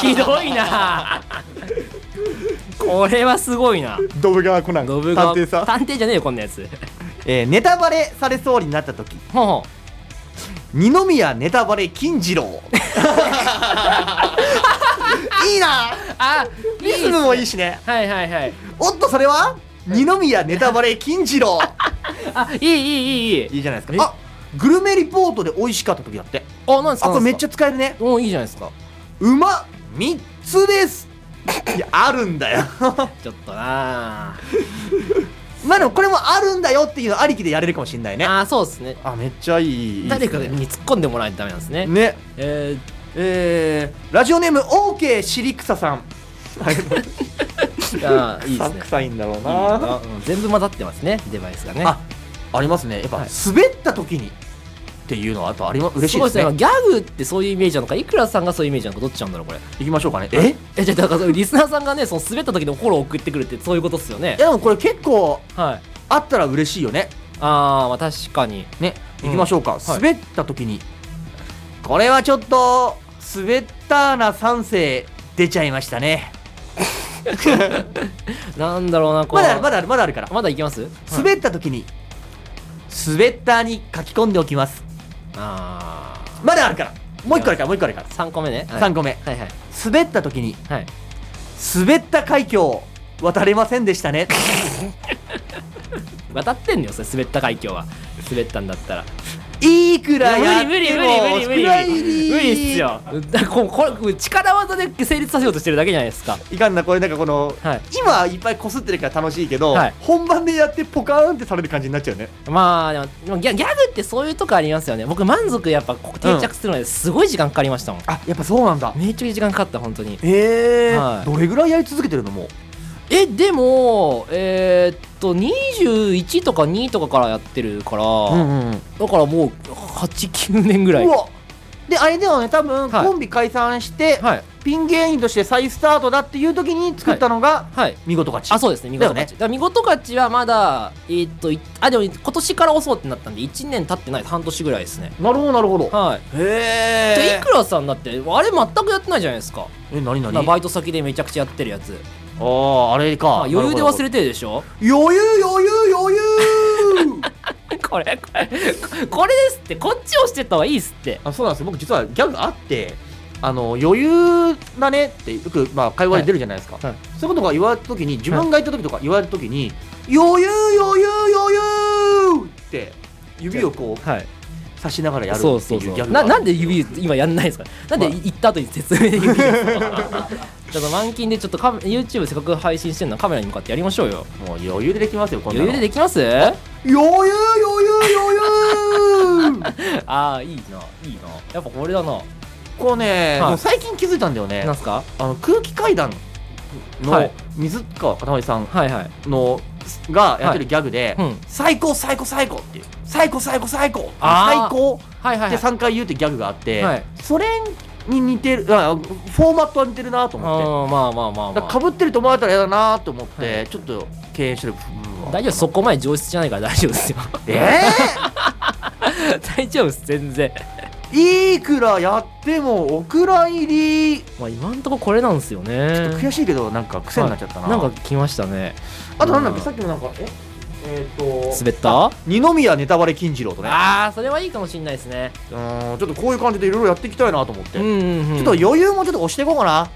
Speaker 4: ひどいなこれはすごいな
Speaker 7: ドブ川コナン探
Speaker 4: 信川
Speaker 7: 偵さん
Speaker 4: 探偵じゃねえよこんなやつ
Speaker 3: えーネタバレされそうになった時
Speaker 4: ほうほ
Speaker 3: 二宮ネタバレ 金次郎いいな
Speaker 4: うあ
Speaker 3: リズムもいいしね
Speaker 4: はいはいはい
Speaker 3: おっとそれは二宮ネタバレ金次郎
Speaker 4: あいいいいいいいい
Speaker 3: いいじゃないですかあグルメリポートで美味しかった時だって
Speaker 4: あなんですか
Speaker 3: あこれめっち
Speaker 4: ゃ
Speaker 3: ゃ使えるね
Speaker 4: おいいじゃないですか
Speaker 3: うま3つです いやあるんだよ
Speaker 4: ちょっとなあ
Speaker 3: まあでもこれもあるんだよっていうのありきでやれるかもしんないね
Speaker 4: あそうですね
Speaker 3: あめっちゃいい
Speaker 4: 誰かに突っ込んでもらわないとダメなんですね
Speaker 3: ね
Speaker 4: え
Speaker 3: えー、ラジオネーム OK シリク サさん
Speaker 4: ー、 あーいいですね
Speaker 3: 臭いんだろう
Speaker 4: いいなうん全部混ざってますねデバイスがね
Speaker 3: あありますねやっぱ
Speaker 4: はい
Speaker 3: 滑った時にっていうのはやっぱありま嬉しいです
Speaker 4: ご
Speaker 3: ね
Speaker 4: ギャグってそういうイメージなのかいくらさんがそういうイメージなのかどっちなんだろうこれ
Speaker 3: いきましょうかねえい
Speaker 4: えじゃあだからそのリスナーさんがねその滑った時のフォローを送ってくるってそういうことっすよね
Speaker 3: やでもこれ結構
Speaker 4: はい
Speaker 3: あったら嬉しいよね
Speaker 4: あーまあ確かに
Speaker 3: ねいきましょうか、
Speaker 4: い
Speaker 3: 滑った時にこれはちょっと滑ったーな3世出ちゃいましたね
Speaker 4: なんだろうなこ
Speaker 3: ま
Speaker 4: れ
Speaker 3: だあるまだあるまだあるから
Speaker 4: まだいきます
Speaker 3: 滑った時に滑ったーに書き込んでおきます
Speaker 4: あ
Speaker 3: まだあるからもう一個あるからもう一個あるから
Speaker 4: あ3個目ね、はい、
Speaker 3: 3個目
Speaker 4: はいはい
Speaker 3: 滑った時に
Speaker 4: はい
Speaker 3: 滑った海峡を渡れませんでしたね
Speaker 4: 渡ってんのよそれ滑った海峡は滑ったんだったら
Speaker 3: いくらやっても
Speaker 4: 無理無理無理無理無理
Speaker 3: お蔵入り
Speaker 4: 無理っすよだここれこれ力技で成立させようとしてるだけじゃないですか
Speaker 3: いかんなこれなんかこの
Speaker 4: はい
Speaker 3: 今いっぱいこすってるから楽しいけど、
Speaker 4: はい
Speaker 3: 本番でやってポカーンってされる感じになっちゃうね
Speaker 4: まあでもでもギャギャグってそういうとこありますよね僕満足やっぱここ定着するのですごい時間かかりましたもん、
Speaker 3: あやっぱそうなんだ
Speaker 4: めっちゃ時間かかった本当に
Speaker 3: ええ
Speaker 4: はい
Speaker 3: どれぐらいやり続けてるのもう
Speaker 4: えでもえーっと21とか2とかからやってるから、
Speaker 3: うんうん
Speaker 4: だからもう89年ぐらいう
Speaker 3: わであれではね多分
Speaker 4: はい
Speaker 3: コンビ解散して、
Speaker 4: はい
Speaker 3: ピン芸人として再スタートだっていう時に作ったのが
Speaker 4: はい
Speaker 3: 見事勝ち、
Speaker 4: あそうですね見事勝ちだから見事勝ちはまだえーっといあでも今年から押そうってなったんで1年経ってない半年ぐらいですね
Speaker 3: なるほどなるほど
Speaker 4: はい
Speaker 3: へ
Speaker 4: でいくらさんだってあれ全くやってないじゃないですか
Speaker 3: え何何
Speaker 4: まあバイト先でめちゃくちゃやってるやつ、
Speaker 3: あああれか
Speaker 4: まあ、余裕で忘
Speaker 3: れ
Speaker 4: れてるでしょ
Speaker 3: 余裕余裕余 裕
Speaker 4: これこれ これですってこっちをしてった方がいいっすって
Speaker 3: あそうなんですよ僕実はギャグあってあの余裕だねってよく、まあ、会話で出るじゃないですか、
Speaker 4: はいはい
Speaker 3: そういうことが言われた時に自分が言った時とか言われた時に、余裕余裕余裕って指をこう
Speaker 4: はい
Speaker 3: 差しながらやるってい
Speaker 4: そううそう
Speaker 3: ギ
Speaker 4: そ
Speaker 3: ャグが
Speaker 4: うななんで指今やんないん ですかなんで
Speaker 3: まあ
Speaker 4: 行った後に説明で指だから満 勤でちょっとカメ YouTube せっかく配信してるのカメラに向かってやりましょうよ
Speaker 3: もう余裕でできますよこんな
Speaker 4: 余
Speaker 3: の
Speaker 4: 裕でできます
Speaker 3: 余裕余裕余裕
Speaker 4: ああいいないいなやっぱこれだな
Speaker 3: こうね、
Speaker 4: はい
Speaker 3: もう最近気づいたんだよね
Speaker 4: なんすか
Speaker 3: あの空気階段
Speaker 4: は
Speaker 3: の
Speaker 4: い
Speaker 3: 水川かたまりさん
Speaker 4: はいはい
Speaker 3: のがやってるギャグで、
Speaker 4: はいうん
Speaker 3: 最高最高最高っていう最高最高最高
Speaker 4: あー
Speaker 3: 最高
Speaker 4: はいは
Speaker 3: っ
Speaker 4: い
Speaker 3: て
Speaker 4: はい
Speaker 3: 3回言うってギャグがあって、
Speaker 4: はい
Speaker 3: それに似てるあフォーマットは似てるなと
Speaker 4: あ
Speaker 3: 思っ
Speaker 4: ー
Speaker 3: て
Speaker 4: まあまあまあ
Speaker 3: だ
Speaker 4: ま
Speaker 3: か
Speaker 4: あ
Speaker 3: ぶってると思われたら嫌だなと思って、
Speaker 4: はい
Speaker 3: ちょっと敬遠してるうん
Speaker 4: 大丈夫そこま で上質じゃないから大丈夫ですよ
Speaker 3: え
Speaker 4: 大丈夫です全然
Speaker 3: いくらやってもお蔵入り
Speaker 4: まあ、今んとここれなんですよね
Speaker 3: 悔しいけどなんか癖になっちゃったな,、
Speaker 4: はいなんか来ましたね
Speaker 3: あとなんだっけ
Speaker 4: うん
Speaker 3: さっきもなんかええーっと
Speaker 4: 滑った
Speaker 3: 二宮ネタバレ金次郎とね
Speaker 4: あーそれはいいかもしれないですね
Speaker 3: うーんちょっとこういう感じでいろいろやっていきたいなと思って、
Speaker 4: うん
Speaker 3: ち
Speaker 4: うん、うん、
Speaker 3: ょっと余裕もちょっと押していこうかな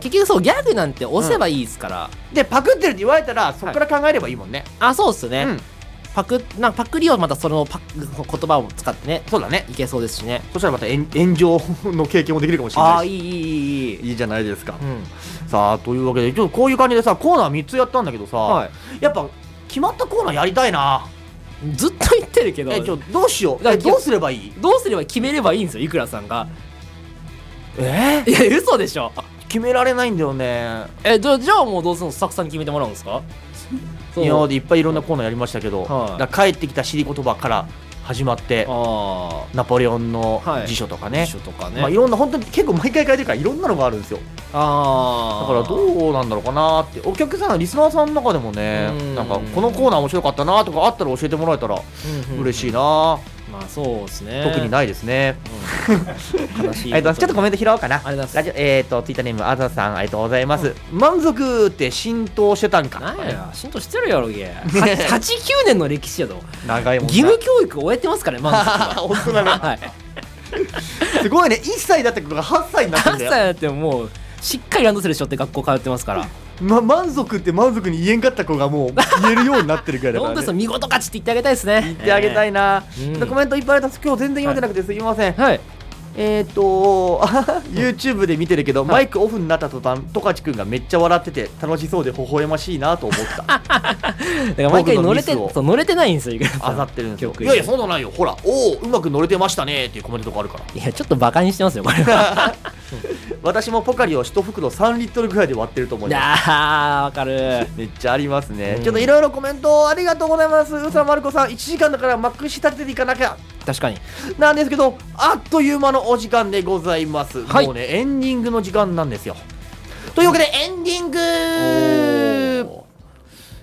Speaker 4: 結局そうギャグなんて押せばいいですから、
Speaker 3: でパクってるって言われたらそこから考えればいいもんね、
Speaker 4: あそうっすね、
Speaker 3: うん
Speaker 4: パクなんかパクリをまたそのパク言葉を使ってね
Speaker 3: そうだね
Speaker 4: いけそうですしね
Speaker 3: そしたらまた炎炎上の経験もできるかもしれ
Speaker 4: あ
Speaker 3: な
Speaker 4: あ
Speaker 3: いし
Speaker 4: いいいいいいいい
Speaker 3: いいじゃないですか、
Speaker 4: うん
Speaker 3: さあというわけでちょっとこういう感じでさコーナー3つやったんだけどさ、
Speaker 4: は
Speaker 3: やっぱ決まったコーナーやりたいな
Speaker 4: ずっと言ってるけど
Speaker 3: えちょどうしよう
Speaker 4: だから
Speaker 3: えどうすればいい
Speaker 4: どうすれば決めればいいんですよいくらさん が
Speaker 3: え
Speaker 4: いや嘘でしょ
Speaker 3: 決められないんだよね
Speaker 4: えじゃあじゃあもうどうするのスタッフさんに決めてもらうんですかそう
Speaker 3: 今までいっぱいいろんなコーナーやりましたけど、
Speaker 4: はい
Speaker 3: だから帰ってきた尻言葉から始まって
Speaker 4: あ
Speaker 3: ナポレオンの
Speaker 4: はい
Speaker 3: 辞書とか
Speaker 4: あ
Speaker 3: ね、
Speaker 4: 辞書とかね、
Speaker 3: まあ、いろんな本当に結構毎回書いてるからいろんなのがあるんですよ
Speaker 4: あ
Speaker 3: だ
Speaker 4: あ
Speaker 3: からどうなんだろうかなってお客さんリスナーさんの中でもね
Speaker 4: うん
Speaker 3: なんかこのコーナー面白かったなとかあったら教えてもらえたら嬉
Speaker 4: し
Speaker 3: しい
Speaker 4: い
Speaker 3: な、
Speaker 4: まあそうですね
Speaker 3: 特にないですね、
Speaker 4: 悲しい
Speaker 3: えっとちょっとコメント拾おうかな
Speaker 4: ありがとうござ
Speaker 3: ラ
Speaker 4: い
Speaker 3: ジオえっ、とツイッターネームあざさんありがとうございます、満足って浸透してたんか
Speaker 4: ますなんや浸透してるやろ げ89年の歴史やぞ
Speaker 3: 長いもんな
Speaker 4: 義務教育終えてますからね満足 は
Speaker 3: 本当だな
Speaker 4: はい
Speaker 3: すごいね1歳だった子が8歳になってん
Speaker 4: 8
Speaker 3: だ
Speaker 4: 歳
Speaker 3: よ
Speaker 4: だってもうしっかりランドセルしょって学校通ってますから
Speaker 3: ま、満足って満足に言えんかった子がもう言えるようになってるぐらいだか
Speaker 4: 本
Speaker 3: ら、
Speaker 4: 当にそ、
Speaker 3: ね
Speaker 4: う見事勝ちって言ってあげたいですね
Speaker 3: 言ってあげた
Speaker 4: い、
Speaker 3: いな、
Speaker 4: うん
Speaker 3: でコメントいっぱいあります今日全然読めてなくてすいません、
Speaker 4: えーはい
Speaker 3: え っ、ー、と YouTube で見てるけど、マイクオフになった途端トカチくんがめっちゃ笑ってて楽しそうで微笑ましいなと思った
Speaker 4: だから毎回乗れて
Speaker 3: 僕のミスを
Speaker 4: そう乗れてないんですよいくらさ
Speaker 3: あ
Speaker 4: ん
Speaker 3: ざってるんですよ
Speaker 4: 曲
Speaker 3: いやいやそんなのないよほらおおうまく乗れてましたねっていうコメントとかあるから
Speaker 4: いやちょっとバカにしてますよこれ は
Speaker 3: 私もポカリを1袋3リットルぐらいで割ってると思い
Speaker 4: いや
Speaker 3: ます
Speaker 4: ーわかる
Speaker 3: めっちゃありますね、
Speaker 4: うん
Speaker 3: ちょっといろいろコメントありがとうございますうさまるこさん1時間だからマックし立てていかなきゃ
Speaker 4: 確かに
Speaker 3: なんですけどあっという間のお時間でございます、
Speaker 4: はい
Speaker 3: もうねエンディングの時間なんですよというわけでエンディング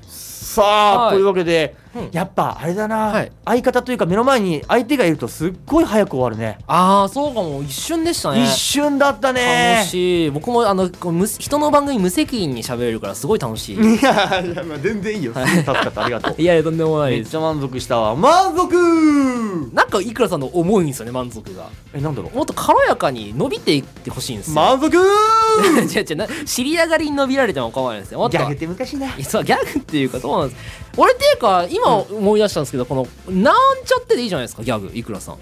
Speaker 3: さあ、
Speaker 4: はい
Speaker 3: というわけで、
Speaker 4: うん
Speaker 3: やっぱあれだな、
Speaker 4: はい
Speaker 3: 相方というか目の前に相手がいるとすっごい早く終わるね
Speaker 4: ああそうかも一瞬でしたね
Speaker 3: 一瞬だったね
Speaker 4: 楽しい僕もあのこう無人の番組無責任に喋れるからすごい楽しい
Speaker 3: いやいや、まあ、全然いいよ助かったありがとう
Speaker 4: いやいやとんでもない
Speaker 3: めっ
Speaker 4: です
Speaker 3: ちゃ満足したわ満足
Speaker 4: なんかいくらさんの重いんですよね満足が
Speaker 3: えなんだろう
Speaker 4: もっと軽やかに伸びていってほしいんですよ、
Speaker 3: 満足
Speaker 4: 違う違うな知り上がりに伸びられても構わないですよもっと
Speaker 3: ギャグって難しいない
Speaker 4: やそうギャグっていうかそうなんです俺っていうか今思い出したんですけど、このなんちゃってでいいじゃないですかギャグいくらさん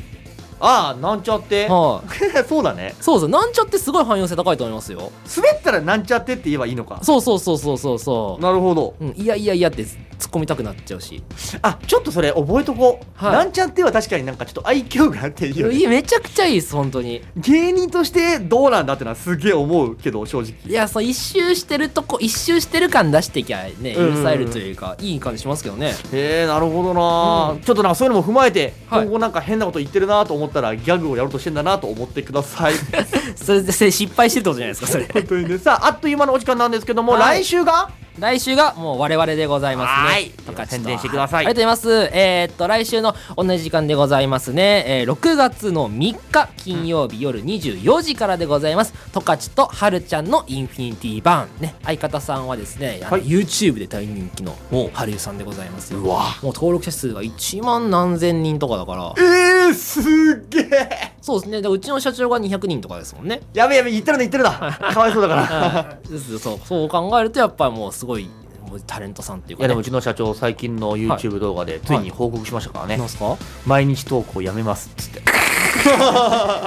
Speaker 3: ああなんちゃって
Speaker 4: は
Speaker 3: そうだね
Speaker 4: そうそうなんちゃってすごい汎用性高いと思いますよ
Speaker 3: 滑ったらなんちゃってって言えばいいのか
Speaker 4: そうそうそうそうそうそ
Speaker 3: なるほど
Speaker 4: う、うん、いやいやいやって突っ込みたくなっちゃうし
Speaker 3: あちょっとそれ覚えとこう、
Speaker 4: はい
Speaker 3: なんちゃっては確かになんかちょっと愛嬌があっていいよね
Speaker 4: いやめちゃくちゃいいです本当に
Speaker 3: 芸人としてどうなんだってのはすげえ思うけど正直
Speaker 4: いやそう一周してるとこ一周してる感出してきゃね
Speaker 3: うんうんうん
Speaker 4: 許されるというか、いい感じしますけどね
Speaker 3: へえなるほどな、
Speaker 4: うん
Speaker 3: ちょっとなんかそういうのも踏まえて、
Speaker 4: はい
Speaker 3: 今後なんか変なこと言ってるなと思ったらギャグをやろうとしてんだなと思ってください
Speaker 4: それでそれ失敗してるってことじゃないですかそれ
Speaker 3: 本当にねさああっという間のお時間なんですけども、
Speaker 4: はい
Speaker 3: 来週が
Speaker 4: 来週がもう我々でございますね
Speaker 3: はい
Speaker 4: とか
Speaker 3: 宣伝してください
Speaker 4: ありがとうございますえーっと来週の同じ時間でございますね、えー6月の3日金曜日夜24時からでございますトカチとはるちゃんのインフィニティバーンね相方さんはですね、あの
Speaker 3: はい
Speaker 4: YouTube で大人気の
Speaker 3: お
Speaker 4: はるゆさんでございますよ
Speaker 3: うわ
Speaker 4: もう登録者数が1万何千人とかだから
Speaker 3: えー、すっげえ
Speaker 4: そうですね。でうちの社長が200人とかですもんね。
Speaker 3: やべやべ言ってるな言 ってるなかわいそうだから
Speaker 4: ですそうそう考えるとやっぱりもうすごいもうタレントさんっていうか、
Speaker 3: い
Speaker 4: ね。
Speaker 3: やでもうちの社長最近の YouTube 動画でついに報告しましたからね、
Speaker 4: なんすか
Speaker 3: 毎日投稿やめますっつって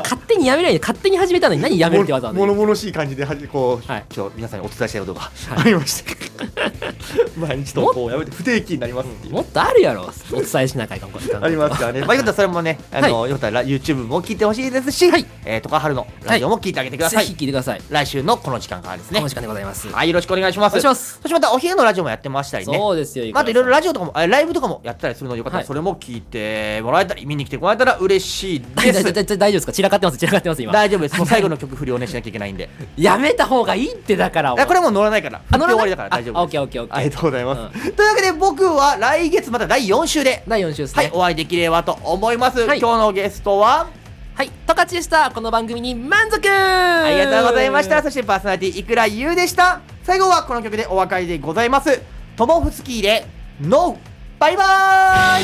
Speaker 4: 勝手にやめないで勝手に始めたのに何やめるってわざわざ
Speaker 3: も
Speaker 4: 言
Speaker 3: の
Speaker 4: う。
Speaker 3: ものしい感じではじこう、
Speaker 4: はい
Speaker 3: 今日皆さんにお伝えしたいことがありました、毎日投稿をやめて不定期になりますっていう、
Speaker 4: もっとあるやろ。お伝えしなきゃいかんこと。
Speaker 3: ありますからね、まあ、よかったらそれもね、あのよかったら YouTube も聞いてほしいですし、
Speaker 4: はい
Speaker 3: えー、とかはるのラジオも聞いてあげてくださ
Speaker 4: ぜ
Speaker 3: い、
Speaker 4: ひ聞いてください。
Speaker 3: 来週のこの時間からです
Speaker 4: ね、
Speaker 3: ね
Speaker 4: この時間でございます。
Speaker 3: はいよろしくお願いしま
Speaker 4: お
Speaker 3: す
Speaker 4: 願いします
Speaker 3: そしてまたお昼のラジオもやってましたりね
Speaker 4: そうですよ。
Speaker 3: まああといろいろ
Speaker 4: ラ
Speaker 3: ラジオとかもあライブとかもやったりするのでよかった
Speaker 4: は
Speaker 3: ら
Speaker 4: い
Speaker 3: それも聞いてもらえたり、見に来てもらえたら嬉しい
Speaker 4: 大
Speaker 3: で
Speaker 4: 丈夫
Speaker 3: す
Speaker 4: です大丈夫ですか散らかってます散らかってます今
Speaker 3: 大丈夫ですもう最後の曲振りをねしなきゃいけないんで
Speaker 4: やめた方がいいってだから
Speaker 3: あこれもう乗らないから
Speaker 4: あ乗ら
Speaker 3: 発表
Speaker 4: ない
Speaker 3: 終わりだから大丈
Speaker 4: あ
Speaker 3: 夫
Speaker 4: オッ
Speaker 3: です
Speaker 4: ケーオッケーオッケ
Speaker 3: あり
Speaker 4: ー
Speaker 3: がとうございます、というわけで僕は来月また第4週で
Speaker 4: 第4週です
Speaker 3: はい
Speaker 4: ね
Speaker 3: お会いできればと思います、
Speaker 4: はい
Speaker 3: 今日のゲストは
Speaker 4: はい十勝でしたこの番組に満足あ
Speaker 3: ありがとうございましたそしてパーソナリティいくらゆうでした最後はこの曲でお別れでございますトモフスキーで NO バイバーイ